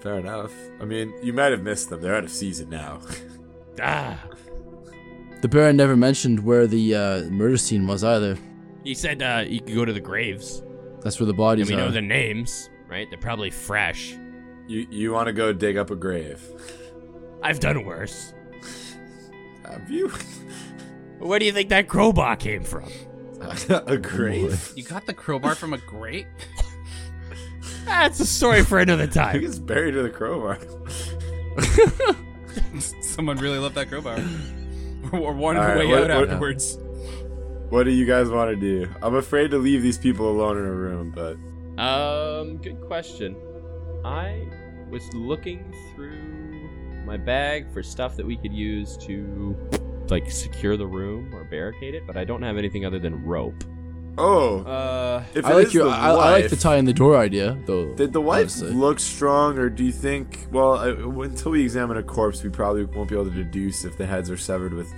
Fair enough. I mean, you might have missed them. They're out of season now. *laughs* Ah. The Baron never mentioned where the uh, murder scene was either. He said uh, you could go to the graves. That's where the And bodies we are. know the names, right? They're probably fresh. You you want to go dig up a grave? I've done worse. Have you *laughs* Where do you think that crowbar came from? a grave? You got the crowbar from a grate? That's a story for another I time. think it's buried with a crowbar. *laughs* Someone really loved that crowbar. *laughs* or wanted All a right, way what- out what- afterwards. What do you guys want to do? I'm afraid to leave these people alone in a room, but Um, good question. I was looking through my bag for stuff that we could use to like secure the room or barricade it, but I don't have anything other than rope. oh, Uh, if I it like is your. the I, I like wife- the tie in the door idea though. Did the wife honestly. look strong, or do you think? Well, I, until we examine a corpse, we probably won't be able to deduce if the heads are severed with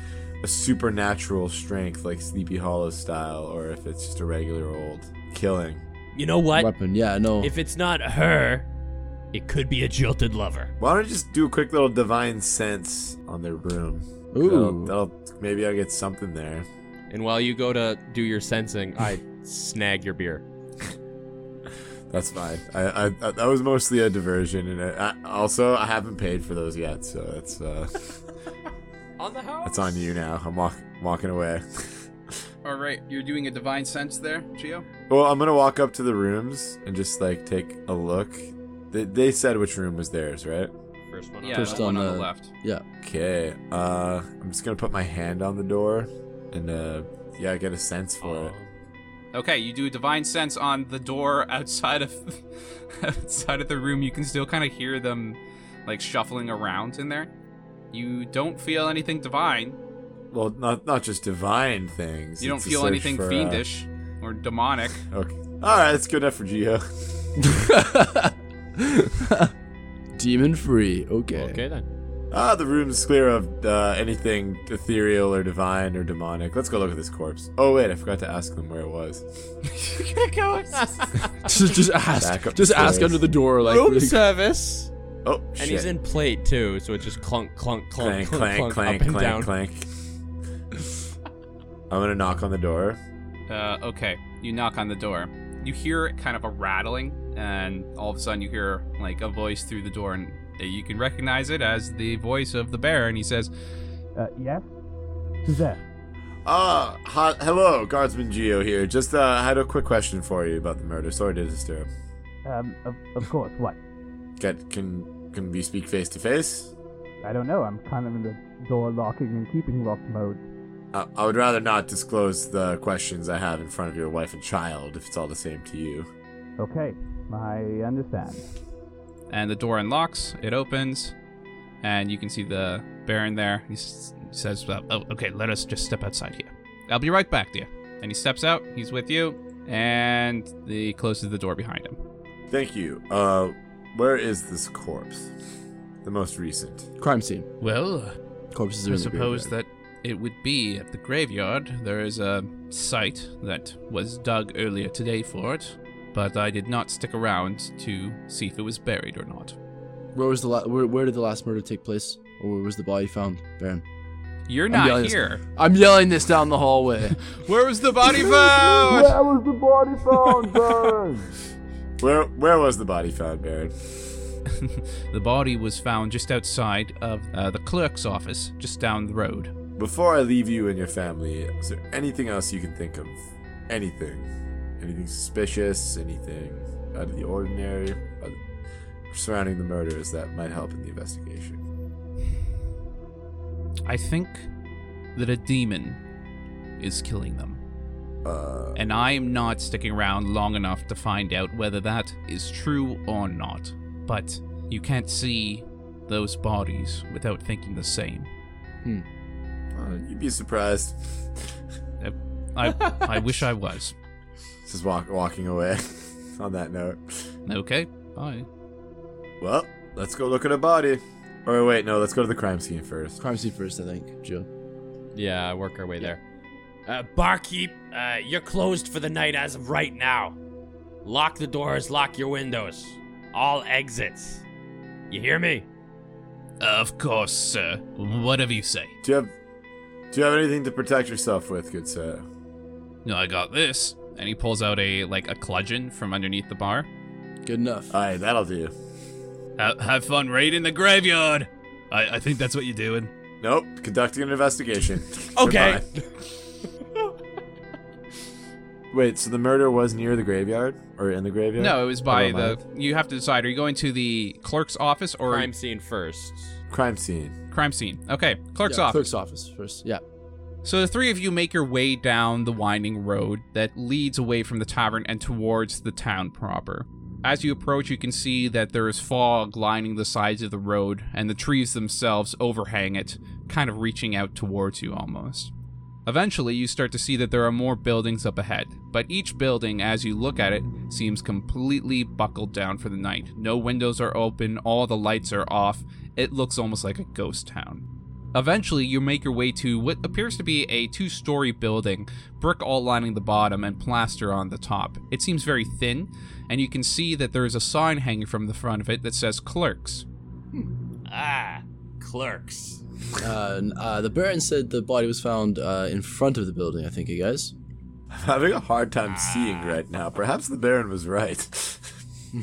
a supernatural strength, like Sleepy Hollow style, or if it's just a regular old killing. You know what? weapon? Yeah, no. If it's not her, it could be a jilted lover. Why don't I just do a quick little divine sense on their room? Ooh. *laughs* That'll, that'll- maybe I'll get something there. and while you go to do your sensing, I snag your beer. That's fine. I, I, I that was mostly a diversion, and I, I, also I haven't paid for those yet, so *laughs* that's uh, On the house. that's on you now. I'm walk, walking away. *laughs* All right, you're doing a divine sense there, Geo. Well, I'm gonna walk up to the rooms and just like take a look. They, they said which room was theirs, right? First one. Yeah, First the one on the the- left. Okay. Uh, I'm just gonna put my hand on the door and uh, yeah, get a sense for Oh. it. Okay, you do a divine sense on the door outside of *laughs* outside of the room. You can still kind of hear them like shuffling around in there. You don't feel anything divine. Well, not not just divine things. You don't it's a feel search anything for, uh, fiendish or *laughs* demonic. *laughs* okay. All right, that's good enough for Geo. Demon free. Okay. Okay then. Ah, the room's clear of uh, anything ethereal or divine or demonic. Let's go look at this corpse. Oh wait, I forgot to ask them where it was. *laughs* Uh, just, just Back ask. up Just ask stairs. under the door. Like Oh. Room really- service. Oh, And he's in plate too, so it just clunk, clunk, clank, clank, clunk, clunk, clank, up and clank, down. clank. *laughs* I'm gonna knock on the door. Uh, okay, you knock on the door. You hear kind of a rattling, and all of a sudden you hear like a voice through the door, and you can recognize it as the voice of the bear. And he says, Ah, hi- hello, Guardsman Geo here. Just uh, had a quick question for you about the murder. Sorry to disturb. Um, of, of course. What? Can can can we speak face to face? I don't know. I'm kind of in the door locking and keeping locked mode. I I would rather not disclose the questions I have in front of your wife and child if it's all the same to you. Okay, I understand. and the door unlocks. It opens, and you can see the Baron there. He s- says, uh, "Oh, okay, let us just step outside here. I'll be right back, dear." And he steps out. He's with you, and he closes the door behind him. Thank you. Uh, where is this corpse? The most recent. Crime scene. Well, Corpses are I in the suppose graveyard. that it would be at the graveyard. There is a site that was dug earlier today for it, but I did not stick around to see if it was buried or not. Where was the la- where, where did the last murder take place? Or where was the body found, Baron? You're I'm not yelling- here. I'm yelling this down the hallway. Where was the body found? was the body found, Burn? Where where was the body found, Baron? the body was found just outside of uh, the clerk's office, just down the road. Before I leave you and your family, is there anything else you can think of? Anything? Anything suspicious? Anything out of the ordinary uh, surrounding the murders that might help in the investigation? I think that a demon is killing them. Uh, and I am not sticking around long enough to find out whether that is true or not. But you can't see those bodies without thinking the same. uh, you'd be surprised. *laughs* I, I wish I was. Just walk, walking away *laughs* on that note. Okay, bye. Well, let's go look at a body. Or wait, no, let's go to the crime scene first. *laughs* Crime scene first, I think, Joe. Yeah, work our way there. Uh, barkeep, uh, you're closed for the night as of right now. Lock the doors, lock your windows. All exits. You hear me? Of course, sir. Whatever you say. Do you have Do you have anything to protect yourself with, good sir? I got this. And he pulls out a like a bludgeon from underneath the bar. Good enough. Aye, that'll do. Ha- have fun raiding the graveyard. I, I think that's what you're doing. Nope, conducting *laughs* an investigation. Okay. Goodbye. *laughs* Wait, so the murder was near the graveyard or in the graveyard? No, it was by Never the. You have to decide. Are you going to the clerk's office or Crime scene first. crime scene. crime scene? Okay, clerk's Yeah, office. Clerk's office first. Yeah. So the three of you make your way down the winding road that leads away from the tavern and towards the town proper. As you approach, you can see that there is fog lining the sides of the road, and the trees themselves overhang it, kind of reaching out towards you almost. Eventually, you start to see that there are more buildings up ahead, but each building, as you look at it, seems completely buckled down for the night. No windows are open, all the lights are off. It looks almost like a ghost town. Eventually, you make your way to what appears to be a two story building, brick all lining the bottom and plaster on the top. It seems very thin, and you can see that there is a sign hanging from the front of it that says clerks. Ah, clerks. Uh, n- uh, the Baron said the body was found uh, in front of the building, I think, you guys. I'm having a hard time seeing right now. Perhaps the Baron was right. *laughs*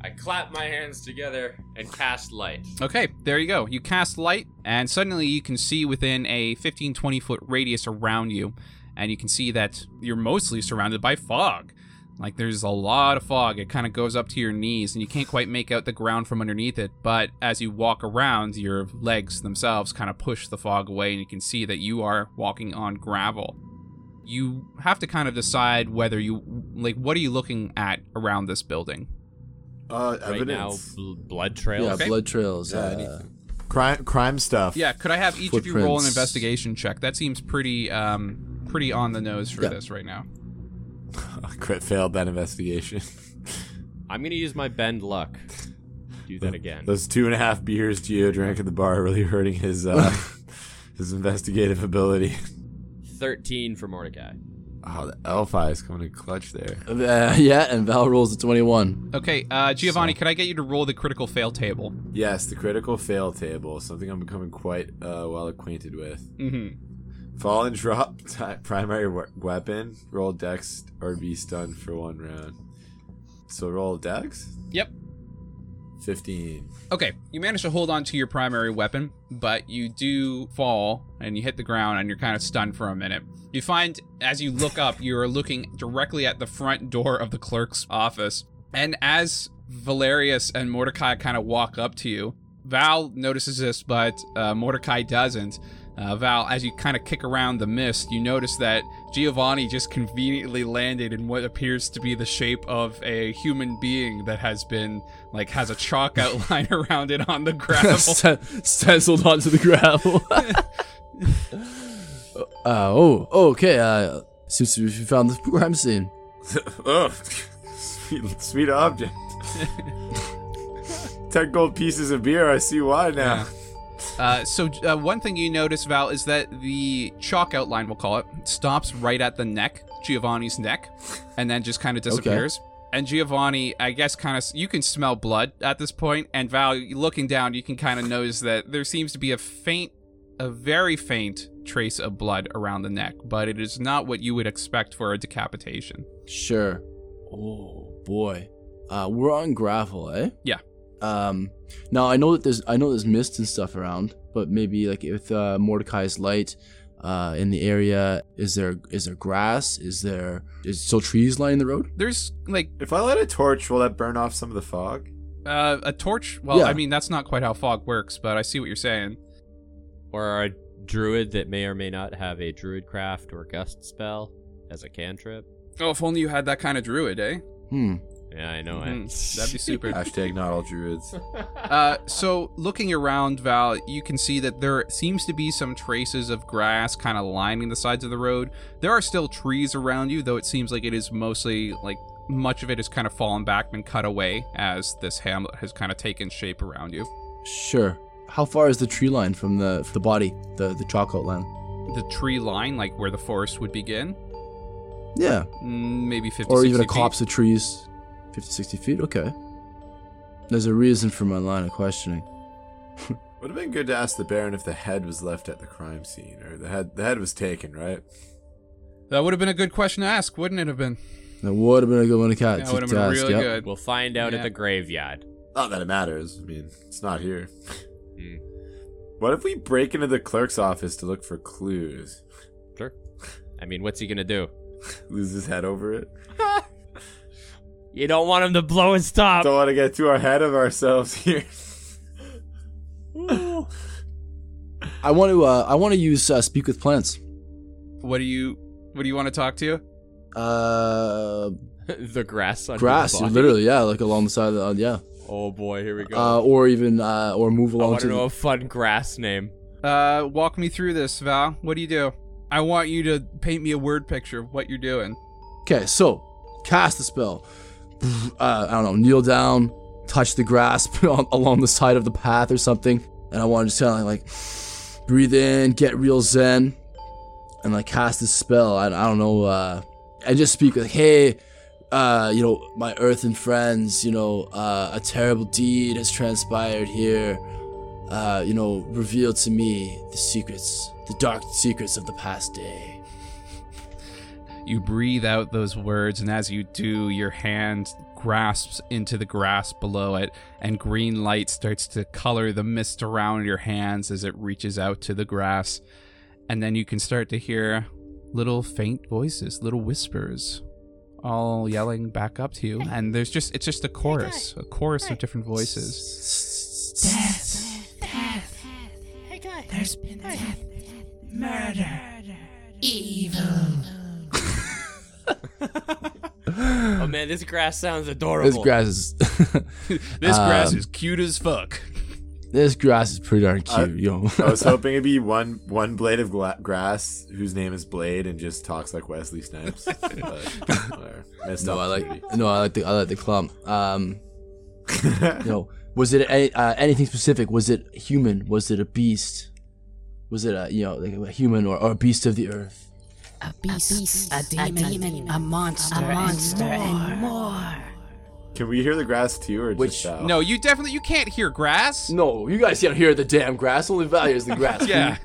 I clap my hands together and cast light. Okay, there you go. You cast light, and suddenly you can see within a 15 20 foot radius around you, and you can see that you're mostly surrounded by fog. Like there's a lot of fog. It kind of goes up to your knees, and you can't quite make out the ground from underneath it. But as you walk around, your legs themselves kind of push the fog away, and you can see that you are walking on gravel. You have to kind of decide whether you like what are you looking at around this building. Uh, Right now, evidence. bl- blood trails. Yeah, Okay. blood trails. Yeah, uh, anything. Crime, crime stuff. *laughs* Yeah, could I have each of you roll an Footprints. investigation check? That seems pretty um pretty on the nose for Yeah. this right now. Crit Oh, failed *laughs* that investigation. I'm gonna use my bend luck. Do *laughs* that *laughs* again. Those two and a half beers Geo drank at the bar are really hurting *laughs* his uh, *laughs* his investigative ability. Thirteen for Mordecai. Oh, the elf eye is coming in clutch there. uh, *laughs* yeah, and Val rolls a 21. Okay, uh Giovanni, could I get you to roll the critical fail table? Yes, the critical fail table, something I'm becoming quite uh, well acquainted with. Mm-hmm. Fall and drop *laughs* ti primary we- weapon. Roll dex or be stunned for one round. So roll dex. Yep. Fifteen. Okay, you manage to hold on to your primary weapon, but you do fall and you hit the ground and you're kind of stunned for a minute. You find as you look up, you are looking directly at the front door of the clerk's office. And as Valerius and Mordecai kind of walk up to you, Val notices this, but uh, Mordecai doesn't. Uh, Val, as you kind of kick around the mist, you notice that Giovanni just conveniently landed in what appears to be the shape of a human being that has been, like, has a chalk outline around it on the *laughs* gravel. Sten- stenciled onto the gravel. *laughs* uh, oh, oh, okay. Uh, seems to be we found the crime scene. Ugh. *laughs* Sweet, sweet object. Ten gold pieces of beer. I see why now. Uh, so uh, one thing you notice, Val, is that the chalk outline, we'll call it, stops right at the neck, Giovanni's neck, and then just kind of disappears. And Giovanni, I guess, kind of you can smell blood at this point. And Val, looking down, you can kind of notice that there seems to be a faint, a very faint trace of blood around the neck, but it is not what you would expect for a decapitation. Sure. Oh boy. Uh, we're on gravel, eh? Yeah. Um, now I know that there's I know there's mist and stuff around, but maybe like with uh, Mordecai's light uh, in the area, is there is there grass? Is there is still trees lining the road? There's like If I light a torch, will that burn off some of the fog? uh, a torch. Well, Yeah. I mean that's not quite how fog works, but I see what you're saying. Or a druid that may or may not have a druid craft or gust spell as a cantrip. Oh, if only you had that kind of druid, eh? Hmm. Oh, Yeah, I know. Hmm. Mhm, That'd *laughs* be *laughs* super. Hashtag not all druids. Uh, so looking around, Val, you can see that there seems to be some traces of grass kind of lining the sides of the road. There are still trees around you, though it seems like it is mostly like much of it is kind of fallen back and cut away as this hamlet has kind of taken shape around you. Sure. How far is the tree line from the from the body, the the chocolate line? The tree line, like where the forest would begin, Yeah. mm, maybe 50 or even 60 a copse of trees 50 60 feet okay there's a reason for my line of questioning Would have been good to ask the Baron if the head was left at the crime scene, or the head the head was taken, right? feet. That would have been a good question to ask, wouldn't it have been? that would have been Uh, a good one to catch That would have been really good. We'll find out Yeah. at the graveyard. Not that it matters. I mean, it's not here. Hmm. What if we break into the clerk's office to look for clues? *laughs* Sure. I mean, what's he gonna do? Lose his head over it. You don't want him to blow his Uh, top. Don't want to get too ahead of ourselves *laughs* here. i want to uh, i want to use uh, speak with plants What do you What do you want to talk to? uh *laughs* the grass. Under grass The body. literally yeah like along the side of the uh, yeah Oh boy, here we go. uh, or even uh, or Oh, move I along want to to know the, a fun grass name. Uh, walk me through this, Val. What do you do? I want you to paint me a word picture of what you're doing. okay so cast the spell uh, i don't know kneel down touch the grass *laughs* on- along the side of the path or something and i want to just kind of like breathe in get real zen and like cast this spell. I, I don't know. Uh, I just speak like, hey, uh, you know, my earthen friends, you know, uh, a terrible deed has transpired here. Uh, you know, reveal to me the secrets, the dark secrets of the past day. You breathe out those words, and as you do, your hand grasps into the grass below it, and green light starts to color the mist around your hands as it reaches out to the grass. And then you can start to hear little faint voices, little whispers, all yelling back up to you. And there's just, it's just a chorus, a chorus of different voices. *laughs* Oh man, this grass sounds adorable. This grass is *laughs* This grass Um, is cute as fuck. this grass is pretty darn cute, I- yo. *laughs* I was hoping it'd be one one blade of gla- grass whose name is Blade and just talks like Wesley Snipes. *laughs* But, whatever. Missed no, I opportunity. like no, I like the I like the clump. Um, No. Was it any, uh, anything specific? Was it human? Was it a beast? Was it a you know like a human or, or a beast of the earth? A beast, a, demon, a, monster, a monster, and more. *laughs* Can we hear the grass too, or Which- just Val? No, you definitely, you can't hear grass. No, you guys can't hear the damn grass. Only value is the *laughs* grass. Yeah.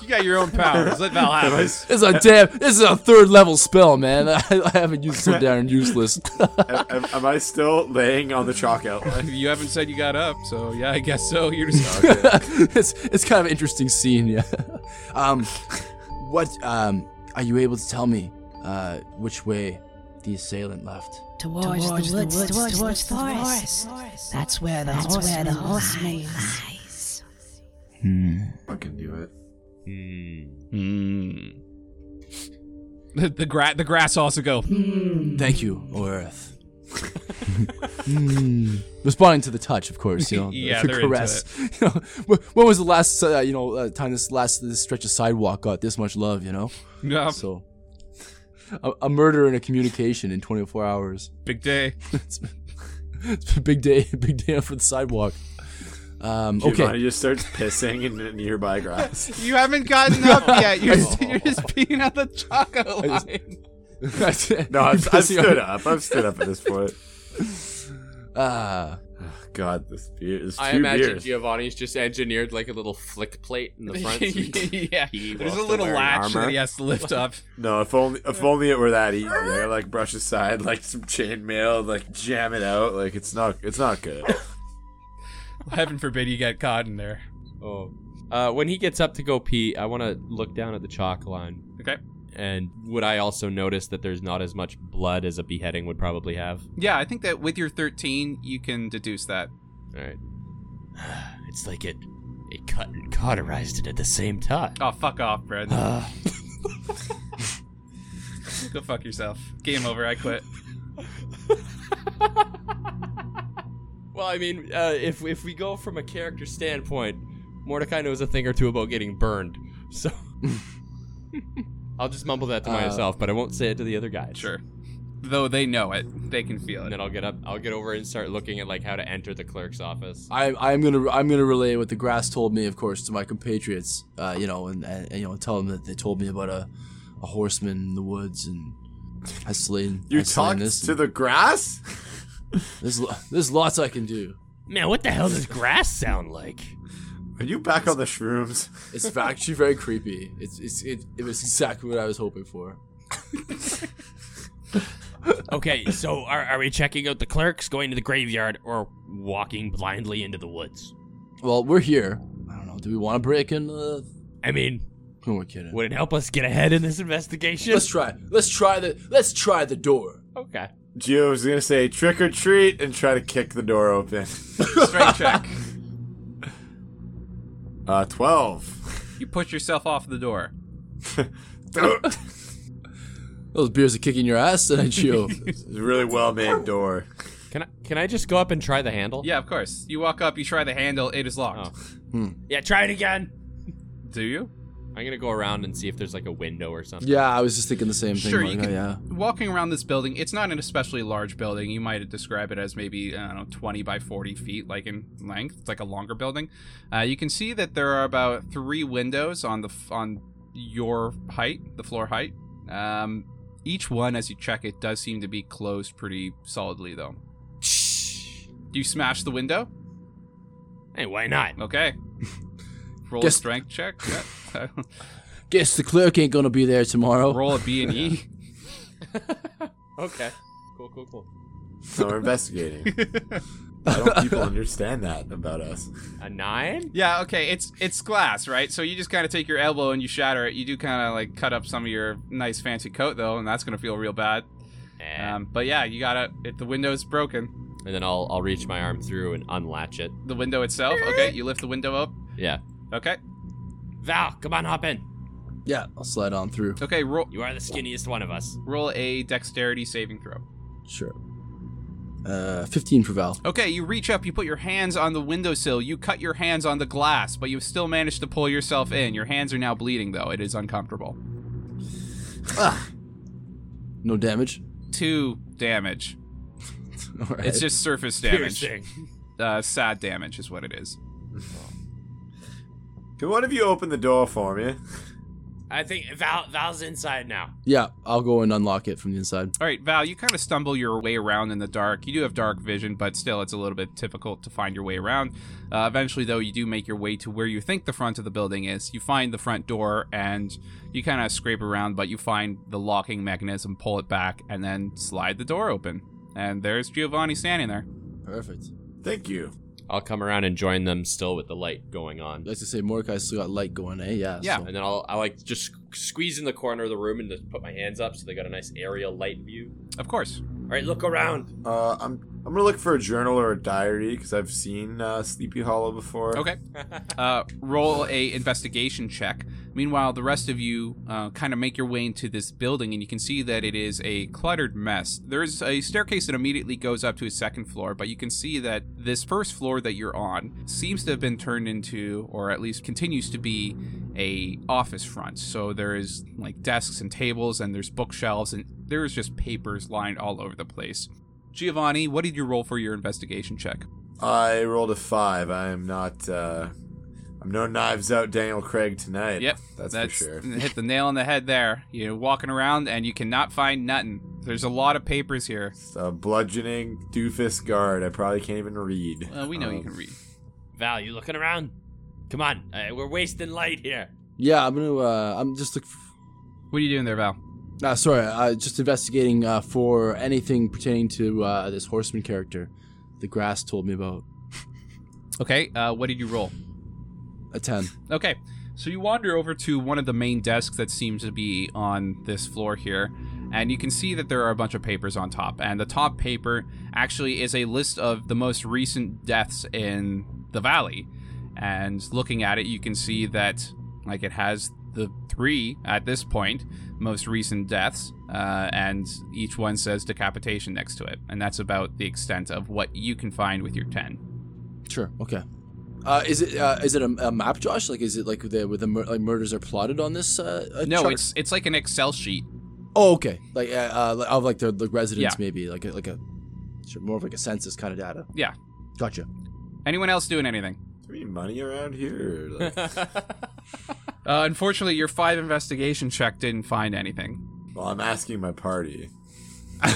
you got your own powers. Let Val have it. This is a damn. This is a third level spell, man. *laughs* I, I haven't used so *laughs* darn useless. am, am- am I still laying on the chalk outline? You haven't said you got up, so yeah, I guess so. You're *laughs* just it's it's kind of an interesting scene, yeah. *laughs* Um, what um are you able to tell me uh which way the assailant left? Towards, the woods, towards, the forest. That's where the That's horseman, where the horseman lies. Fucking do it. Hmm. The, the, gra- the grass also go. *laughs* Hmm. Thank you, O Earth. Hmm. Responding to the touch, of course, *laughs* you know, the- Yeah, the they're into caress. *laughs* You know, wh- when was the last, uh, you know, uh, time this last this stretch of sidewalk got this much love? You know, Yeah, Um, so a, a murder and a communication in 24 hours. big day. it's, been, it's been a big day, *laughs* big day for the sidewalk. Um, Giovanni okay, just starts pissing in the nearby *laughs* grass. You haven't gotten up yet. You're, you're just being on the choco line. just- *laughs* No, I've, I've stood up. I've stood up at this point. Ah, God, this beer is two I imagine beers. Giovanni's just engineered like a little flick plate in the front. yeah, He there's a also little wearing latch armor. that he has to lift up. No, if only if only it were that easy. I like brush aside like some chainmail, like jam it out. Like it's not it's not good. Heaven forbid you get caught in there. Oh. Uh, when he gets up to go pee, I want to look down at the chalk line. Okay. And would I also notice that there's not as much blood as a beheading would probably have? Yeah, I think that with your 13, you can deduce that. All *sighs* right. It's like it, it cut and cauterized it at the same time. Oh, fuck off, *laughs* Brad. Uh, Go fuck yourself. Game over. I quit. Well, I mean, uh, if if we go from a character standpoint, Mordecai knows a thing or two about getting burned. *laughs* So I'll just mumble that to Uh, myself, but I won't say it to the other guys. Sure. Though they know it, they can feel And it. then I'll get up. I'll get over and start looking at like how to enter the clerk's office. I, I'm gonna I'm gonna relay what the grass told me, of course, to my compatriots. Uh, you know, and, and, and, you know, tell them that they told me about a, a horseman in the woods, and I slain. I You slain talked this. to the grass? there's lo- there's lots I can do. man, what the hell does grass sound like? Are you back on the shrooms? It's v- actually very creepy. It's, it's it, it was exactly what I was hoping for. Okay, so are, are we checking out the clerks, going to the graveyard, or walking blindly into the woods? Well, we're here. I don't know. Do we want to break in? The... I mean, No, we're kidding. would it help us get ahead in this investigation? Let's try. Let's try the. Let's try the door. Okay. Gio was gonna say trick or treat and try to kick the door open. *laughs* Straight check. Uh, twelve. *laughs* You push yourself off the door. Those beers are kicking your ass tonight, Gio. It's a really well made door. Can I can I just go up and try the handle? Yeah, of course. You walk up, you try the handle, it is locked. yeah, try it again. Do you? I'm gonna go around and see if there's like a window or something. yeah, I was just thinking the same thing. Sure, you Marco, can. Yeah. Walking around this building, it's not an especially large building. You might describe it as maybe I don't know, 20 by 40 feet, like in length. It's like a longer building. Uh, you can see that there are about three windows on the f- on your height, the floor height. Um, each one, as you check it, does seem to be closed pretty solidly, though. Do you smash the window? Hey, why not? Okay. *laughs* Roll Guess- a strength check. Yeah. Guess the clerk ain't gonna be there tomorrow. Roll a B and E. Okay. Cool. Cool. Cool. So we're investigating. Why don't people understand that about us? A nine? Yeah, okay, it's it's glass, right? So you just kind of take your elbow and you shatter it. You do kind of like cut up some of your nice fancy coat though, and that's gonna feel real bad. Eh. Um, but yeah, you gotta. If the window's broken, and then I'll I'll reach my arm through and unlatch it. the window itself. Okay, you lift the window up. Yeah. Okay, Val, come on, hop in. Yeah, I'll slide on through. okay. Roll You are the skinniest one of us. roll a dexterity saving throw. Sure. Uh, 15 for Val. Okay, you reach up, you put your hands on the windowsill, you cut your hands on the glass, but you've still managed to pull yourself in. Your hands are now bleeding though; it is uncomfortable. No damage. *laughs* Two damage. All right. *laughs* It's just surface damage. Piercing. Uh, sad damage is what it is. Can one of you open the door for me? I think Val Val's inside now. yeah, I'll go and unlock it from the inside. All right, Val, you kind of stumble your way around in the dark. You do have dark vision, but still, it's a little bit difficult to find your way around. Uh, eventually, though, you do make your way to where you think the front of the building is. You find the front door and you kind of scrape around, but you find the locking mechanism, pull it back, and then slide the door open. And there's Giovanni standing there. Perfect. Thank you. I'll come around and join them still with the light going on. Like to say, Mordecai's still got light going, eh? Yeah. Yeah. so- And then I'll I like just squ- squeeze in the corner of the room and just put my hands up so they got a nice aerial light view. Of course. All right, look around. Uh, I'm I'm gonna look for a journal or a diary because I've seen uh, Sleepy Hollow before. Okay. Uh, roll a investigation check. Meanwhile, the rest of you uh, kind of make your way into this building, and you can see that it is a cluttered mess. There is a staircase that immediately goes up to a second floor, but you can see that this first floor that you're on seems to have been turned into, or at least continues to be, a office front. So there is like desks and tables, and there's bookshelves, and there is just papers lined all over the place. Giovanni, what did you roll for your investigation check? I rolled a five. I am not. Uh, I'm no knives out, Daniel Craig tonight. Yep, that's, for sure. hit the nail on the head there. You're walking around and you cannot find nothing. There's a lot of papers here. It's a bludgeoning doofus guard. I probably can't even read. Well, we know you Um, can read. Val, you looking around? Come on, uh, we're wasting light *laughs* here. Yeah, I'm gonna. Uh, I'm just look. What are you doing there, Val? Uh, sorry, uh, just investigating uh, for anything pertaining to uh, this horseman character. The grass told me about. Okay, uh, what did you roll? A 10. Okay, so you wander over to one of the main desks that seems to be on this floor here, and you can see that there are a bunch of papers on top. And the top paper actually is a list of the most recent deaths in the valley. And looking at it, you can see that, like, it has the three at this point most recent deaths, uh, and each one says decapitation next to it. And that's about the extent of what you can find with your 10. Sure. Okay. Uh, is it uh, is it a, a map, Josh? Like, is it like the where the mur- like murders are plotted on this? Uh, uh, No, chart? it's it's like an Excel sheet. oh okay. Like uh, uh, like- of like the, the residents Yeah. maybe like a, like a sure, more of like a census kind of data. Yeah. Gotcha. Anyone else doing anything? there any money around here? Or, *laughs* Like, Uh, unfortunately, your five investigation check didn't find anything. well, I'm asking my party. All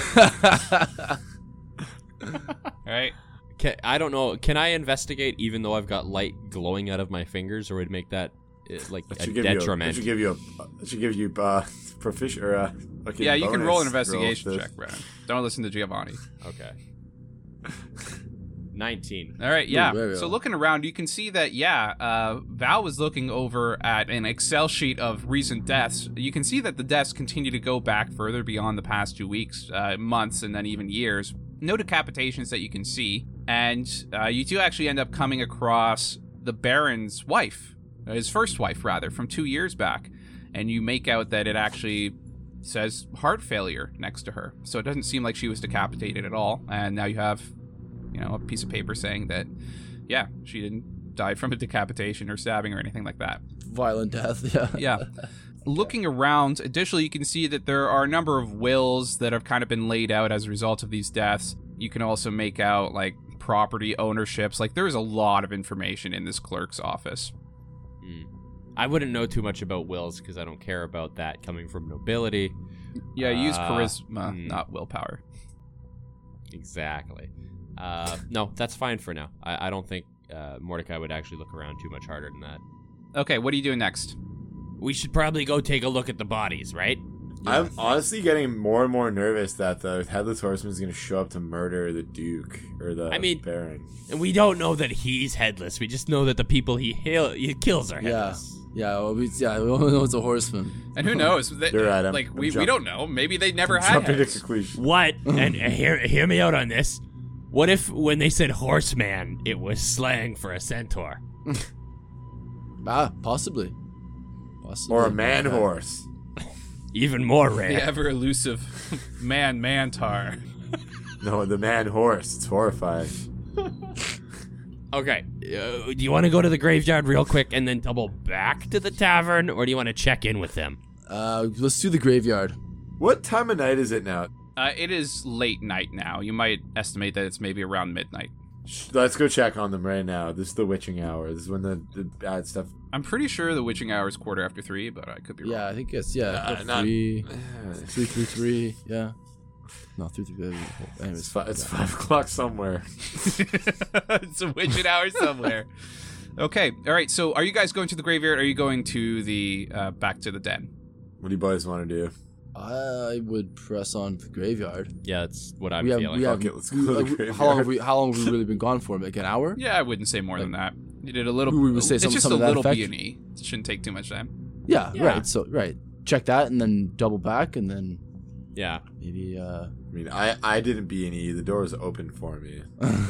right. Can, I don't know. Can I investigate even though I've got light glowing out of my fingers, or would make that uh, like That a should give detriment? you. A, that should give you a. That should give you uh, proficient or uh, okay, yeah, you can roll an bonus investigation roll check, Brennan. Don't listen to Giovanni. okay. Nineteen. All right, yeah. very So well. looking around, you can see that yeah, uh, Val was looking over at an Excel sheet of recent deaths. You can see that the deaths continue to go back further beyond the past two weeks, uh, months, and then even years. No decapitations that you can see, and uh, you do actually end up coming across the Baron's wife, uh, his first wife rather, from two years back, and you make out that it actually says heart failure next to her. So it doesn't seem like she was decapitated at all. And now you have you know, a piece of paper saying that, yeah, she didn't die from a decapitation or stabbing or anything like that. Violent death. *laughs* Yeah. Yeah. Looking around, additionally, you can see that there are a number of wills that have kind of been laid out as a result of these deaths. You can also make out, like, property ownerships. Like, there's a lot of information in this clerk's office. I wouldn't know too much about wills because I don't care about that coming from nobility. Yeah, use Ah, charisma, hmm. not willpower. Exactly. Uh, no, that's fine for now. I, I don't think uh, Mordecai would actually look around too much harder than that. Okay, what are you doing next? We should probably go take a look at the bodies, right? I'm honestly getting more and more nervous that the headless horseman's gonna show up to murder the duke or the I mean- baron. And we don't know that he's headless. We just know that the people he, hail- he kills are Yeah. headless. Yeah. Well, we, yeah. We only know it's a horseman. *laughs* And who knows? They- You're right, I'm- like, I'm we, we jumping- don't know. Maybe they never had Jumping to heads. conclusion. What? and uh, hear hear me out on this. What if when they said horseman, it was slang for a centaur? Ah, possibly. Possibly. Or a man horse. Even more rare. The ever elusive *laughs* man Mantar. No, the man horse. It's horrifying. Okay. Uh, do you want to go to the graveyard real quick and then double back to the tavern, or do you want to check in with them? Uh, let's do the graveyard. What time of night is it now? Uh, it is late night now. You might estimate that it's maybe around midnight. Sh- Let's go check on them right now. This is the witching hour. This is when the, the bad *sighs* stuff. I'm pretty sure the witching hour is quarter after three, but I could be wrong. Yeah, I think it's yeah. Uh, three, not- three, three, three. Yeah. No, three, three. three. It's Anyways, five, it's five o'clock somewhere. *laughs* it's a witching hour *laughs* somewhere. okay, all right. So, are you guys going to the graveyard? Or are you going to the uh, back to the den? What do you boys want to do? I would press on the graveyard. Yeah, that's what I'm we have, feeling. we have, Fuck it, let's we- go to the like, we- graveyard. how long have we? How long have we really been gone for? Like an hour? Yeah, I wouldn't say more than that. You did a little. We would say it's some- just some a of that little effect. B and E. It shouldn't take too much time. Yeah, Yeah. Right. So right, check that and then double back and then yeah. maybe. uh I mean, I, I didn't B and E. The door was open for me.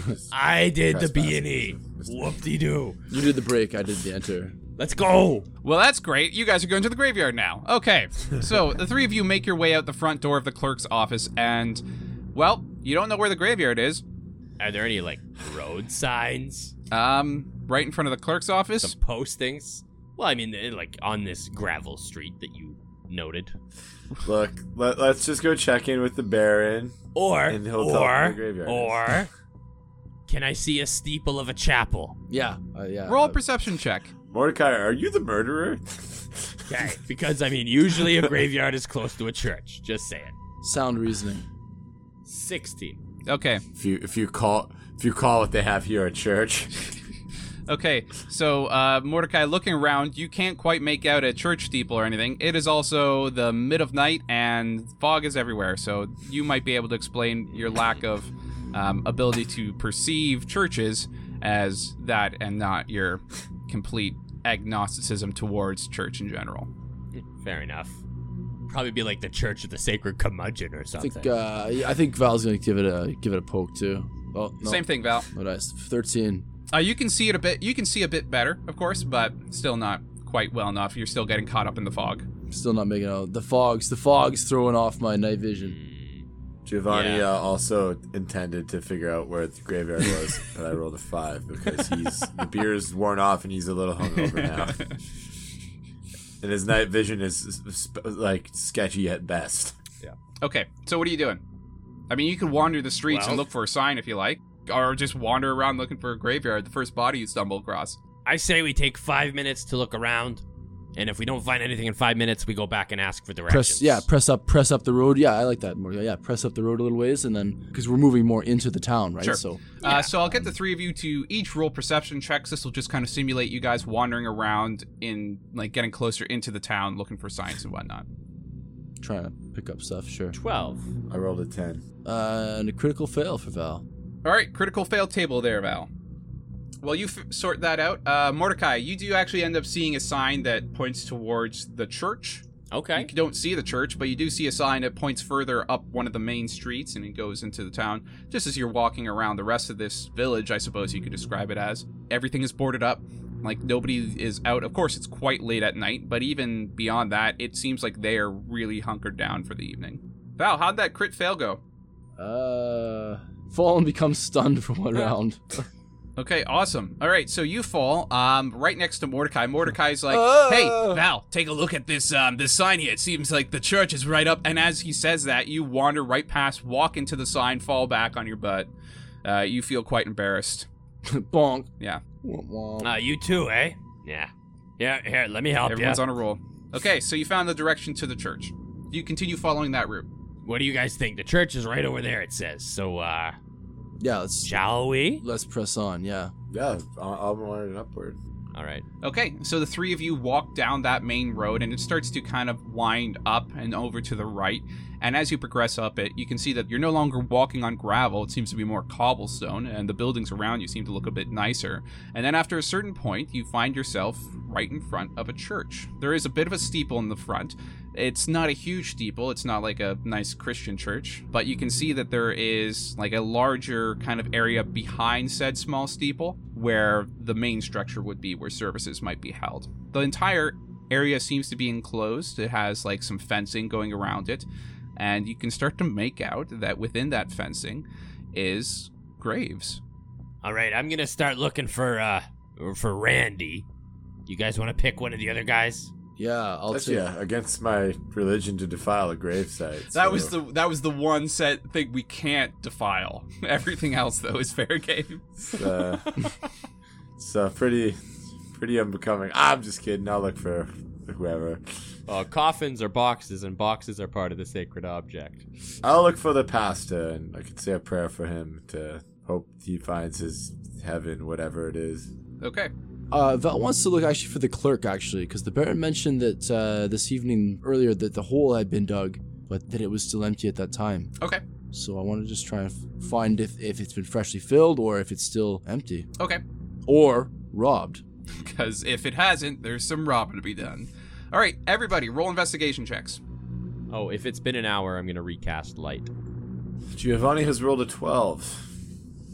Just I did the B trespassing. and E. Just- Whoop de doo. You did the break. I did the enter. Let's go. Well, that's great. You guys are going to the graveyard now. Okay. *laughs* So the three of you make your way out the front door of the clerk's office, and, well, you don't know where the graveyard is. Are there any like road signs, Um, right in front of the clerk's office. some postings? Well, I mean, eh, like on this gravel street that you noted, Look, let, let's just go check in with the Baron. or And he'll tell where the or graveyard is. or can I see a steeple of a chapel? Yeah. Uh, yeah. Roll uh, a perception check. Mordecai, are you the murderer? *laughs* Okay, because I mean, usually a graveyard is close to a church. Just saying. sound reasoning. Sixteen. Okay. if you if you call if you call what they have here at church, Okay. So, uh, Mordecai, looking around, you can't quite make out a church steeple or anything. It is also the mid of night, and fog is everywhere. So you might be able to explain your lack of um, ability to perceive churches as that and not your complete agnosticism towards church in general. Fair enough. Probably be like the Church of the Sacred Curmudgeon or I something. think uh, yeah, I think Val's gonna give it a give it a poke too. Oh, no. Same thing, Val. What dice? Thirteen. Uh, you can see it a bit. You can see a bit better, of course, but still not quite well enough. You're still getting caught up in the fog. Still not making out. The fogs. The fogs throwing off my night vision. Giovanni uh, also intended to figure out where the graveyard was, but I rolled a five because he's the beer's worn off and he's a little hungover now, and his night vision is sp- like sketchy at best. *laughs* Okay, so what are you doing? I mean, you could wander the streets and Well- look for a sign if you like, or just wander around looking for a graveyard, the first body you stumble across. I say we take five minutes to look around, and if we don't find anything in five minutes, we go back and ask for directions. Press. Yeah. Press up. Press up the road. Yeah, I like that more. Yeah. Press up the road a little ways, and then because we're moving more into the town, right? Sure. So Uh, so I'll get the three of you to each roll perception checks. This will just kind of simulate you guys wandering around in, like, getting closer into the town, looking for signs and whatnot. *laughs* trying to pick up stuff. Sure. Twelve. I rolled a ten. Uh, and a critical fail for Val. All right, critical fail table there, Val. Well, you f- sort that out. Uh, Mordecai, you do actually end up seeing a sign that points towards the church. Okay. You don't see the church, but you do see a sign that points further up one of the main streets and it goes into the town. Just as you're walking around the rest of this village, I suppose you could describe it as. Everything is boarded up. Like nobody is out. Of course, it's quite late at night, but even beyond that, it seems like they are really hunkered down for the evening. Val, how'd that crit fail go? Uh, fallen becomes stunned for one round. *laughs* Okay, awesome. All right, so you fall um right next to Mordecai. Mordecai's like, "Hey, Val, take a look at this um this sign here. It seems like the church is right up." And as he says that, you wander right past, walk into the sign, fall back on your butt. Uh, you feel quite embarrassed. Bonk. Yeah. Womp womp. Uh, you too, eh? Yeah. Yeah. Here, let me help Everyone's you. on a roll. Okay, so you found the direction to the church. You continue following that route. What do you guys think? The church is right over there. It says so. uh, Yeah. Let's Shall we? let's press on. Yeah. Yeah, I'll wanted it upward. All right. Okay, so the three of you walk down that main road and it starts to kind of wind up and over to the right. And as you progress up it, you can see that you're no longer walking on gravel. It seems to be more cobblestone, and the buildings around you seem to look a bit nicer. And then after a certain point, you find yourself right in front of a church. There is a bit of a steeple in the front. It's not a huge steeple, it's not like a nice Christian church, but you can see that there is like a larger kind of area behind said small steeple where the main structure would be where services might be held. The entire area seems to be enclosed, it has like some fencing going around it, and you can start to make out that within that fencing is graves. All right. I'm gonna start looking for uh for Randy. You guys want to pick one of the other guys? Yeah. I'll That's, take. yeah, against my religion to defile a That gravesite. so- was the that was the one set thing we can't defile. *laughs* Everything else though is fair game. It's, uh, it's uh, pretty, pretty unbecoming. Ah, I'm just kidding. I'll look for whoever. Uh, coffins are boxes, and boxes are part of the sacred object. I'll look for the pastor, and I can say a prayer for him to hope he finds his heaven, whatever it is. Okay. Uh, Val wants to look actually for the clerk, actually, because the Baron mentioned that uh, this evening earlier that the hole had been dug, but that it was still empty at that time. Okay. So I want to just try and f- find if, if it's been freshly filled or if it's still empty Okay. or robbed. Because if it hasn't, there's some robbing to be done. All right, everybody, roll investigation checks. Oh, if it's been an hour, I'm gonna recast light. Giovanni has rolled a 12.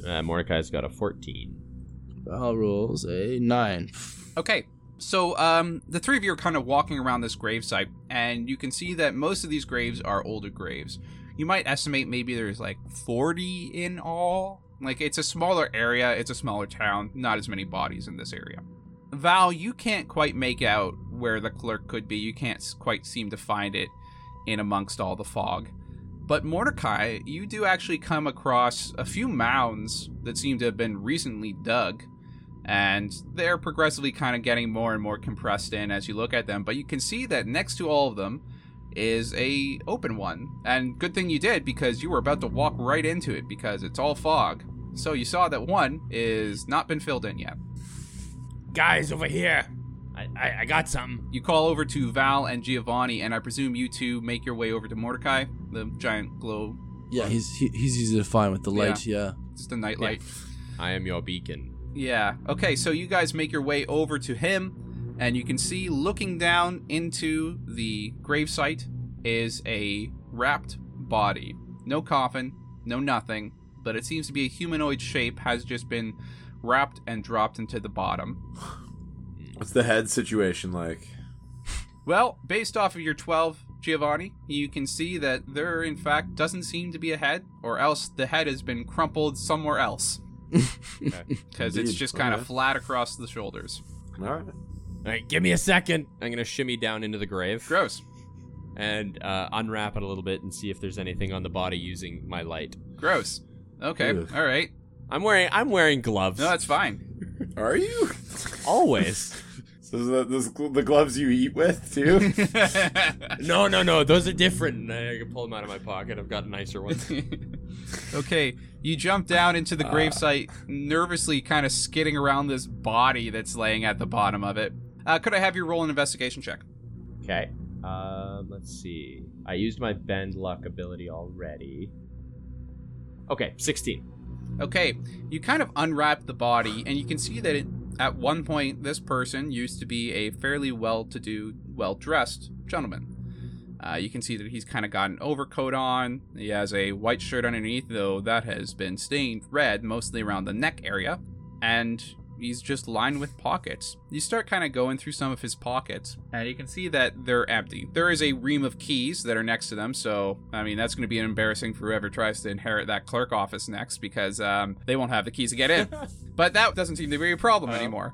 Uh, Mordecai's got a fourteen. Val rolls a nine. Okay, so um, the three of you are kind of walking around this gravesite, and you can see that most of these graves are older graves. You might estimate maybe there's like 40 in all. Like, it's a smaller area, it's a smaller town, not as many bodies in this area. Val, you can't quite make out where the clerk could be. You can't s- quite seem to find it in amongst all the fog. But Mordecai, you do actually come across a few mounds that seem to have been recently dug, and they're progressively kind of getting more and more compressed in as you look at them. But you can see that next to all of them is a open one, and good thing you did because you were about to walk right into it because it's all fog. So you saw that one is not been filled in yet. Guys over here. I I, I got something. You call over to Val and Giovanni, and I presume you two make your way over to Mordecai, the giant glow, *laughs* Yeah, *laughs* he's he, he's easy to find with the light. Yeah. just a nightlight. I am your beacon. Yeah. Okay, so you guys make your way over to him, and you can see looking down into the gravesite is a wrapped body. No coffin, no nothing, but it seems to be a humanoid shape has just been wrapped and dropped into the bottom. What's the head situation like? Well, based off of your 12, Giovanni, you can see that there, in fact, doesn't seem to be a head, or else the head has been crumpled somewhere *laughs* else. *laughs* Because it's Indeed. just kind Okay. of flat across the shoulders. All right. All right, give me a second. I'm gonna shimmy down into the grave Gross. and uh, unwrap it a little bit and see if there's anything on the body using my light. Gross. Okay. Ugh. All right. I'm wearing I'm wearing gloves. No, that's fine. *laughs* Are you? always. *laughs* So the, those gl- the gloves you eat with too? *laughs* no, no, no. Those are different. I can pull them out of my pocket. I've got *laughs* nicer ones. okay. You jump down into the gravesite, nervously kind of skidding around this body that's laying at the bottom of it. Uh, could I have you roll an investigation check? Okay. Um, let's see. I used my bend luck ability already. Okay, 16. Okay, you kind of unwrap the body, and you can see that it, at one point, this person used to be a fairly well to do, well dressed gentleman. Uh, you can see that he's kind of got an overcoat on. He has a white shirt underneath, though that has been stained red, mostly around the neck area. And he's just lined with pockets. You start kind of going through some of his pockets, and you can see that they're empty. There is a ream of keys that are next to them, so, I mean, that's going to be embarrassing for whoever tries to inherit that clerk office next because um, they won't have the keys to get *laughs* in. but that doesn't seem to be a problem anymore.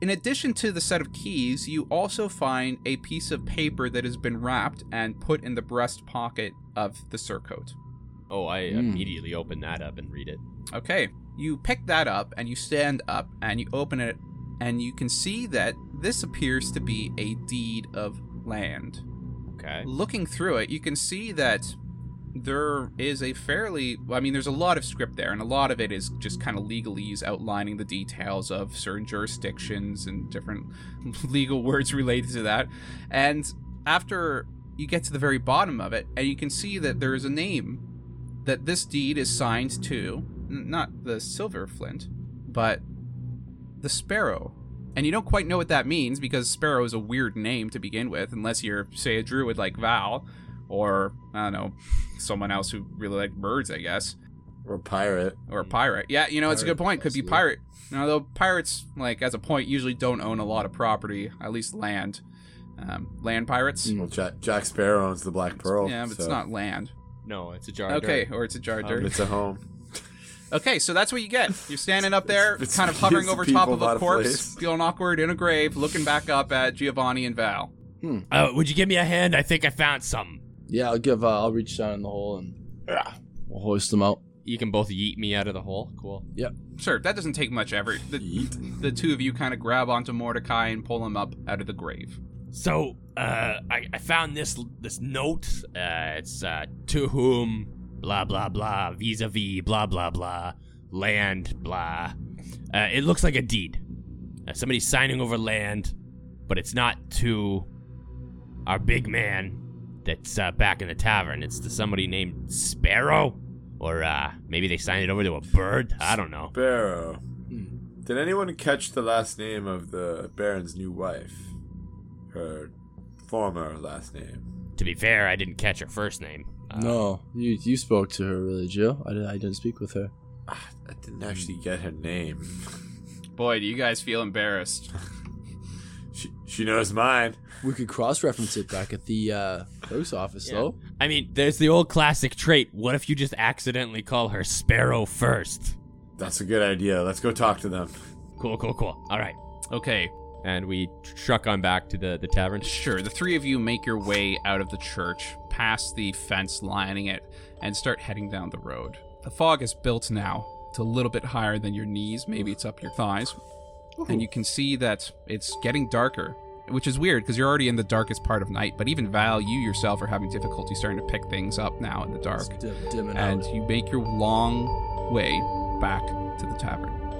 In addition to the set of keys, you also find a piece of paper that has been wrapped and put in the breast pocket of the surcoat. Oh, I Hmm. immediately open that up and read it. Okay, you pick that up and you stand up and you open it, and you can see that this appears to be a deed of land. Okay. Looking through it, you can see that there is a fairly well, I mean there's a lot of script there and a lot of it is just kind of legalese outlining the details of certain jurisdictions and different *laughs* legal words related to that. And after you get to the very bottom of it and you can see that there is a name that this deed is signed to n- not the silver flint but the sparrow and you don't quite know what that means because sparrow is a weird name to begin with unless you're say a druid like val or i don't know someone else who really liked birds i guess or pirate? or a pirate yeah you know it's a good Pirate, point could be possibly. pirate now though pirates like as a point usually don't own a lot of property at least land um, land pirates Well, Jack, Jack Sparrow owns the Black Mm, Pearl. yeah but it's so- not land No, it's a jar. of okay dirt. or it's a jar of Um, dirt It's a home. Okay, so that's what you get. You're standing up there, *laughs* It's- kind of hovering it's over people, top of not a a corpse, place. feeling awkward in a grave, looking back up at Giovanni and Val. Uh, would you give me a hand? I think I found something. yeah, I'll give. Uh, I'll reach down in the hole and we'll hoist them out. You can both yeet me out of the hole. Cool. Sure, that doesn't take much effort. The, Yeet. the two of you kind of grab onto Mordecai and pull him up out of the grave. So, uh, I, I found this this note. Uh, it's uh, to whom blah blah blah vis-a-vis blah blah blah land blah. Uh, it looks like a deed. Uh, somebody's signing over land, but it's not to our big man that's uh, back in the tavern. It's to somebody named Sparrow, or uh, maybe they signed it over to a bird. I don't know. Sparrow. Did anyone catch the last name of the Baron's new wife? Her former last name. To be fair, I didn't catch her first name. Uh, no, you you spoke to her really, Joe. I, did, I didn't speak with her. Ah, I didn't actually get her name. Boy, do you guys feel embarrassed. She, she knows mine. We could cross reference it back at the uh, clerk's office Yeah. though. I mean, there's the old classic trait. What if you just accidentally call her Sparrow first? That's a good idea. Let's go talk to them. Cool, cool, cool. All right. Okay, And we truck on back to the, the tavern. Sure, the three of you make your way out of the church, past the fence lining it, and start heading down the road. The fog is built now. It's a little bit higher than your knees, maybe it's up your thighs. And you can see that it's getting darker, which is weird because you're already in the darkest part of night, but even Val, you yourself are having difficulty starting to pick things up now in the dark. It's dim, dim and And out. you make your long way back to the tavern.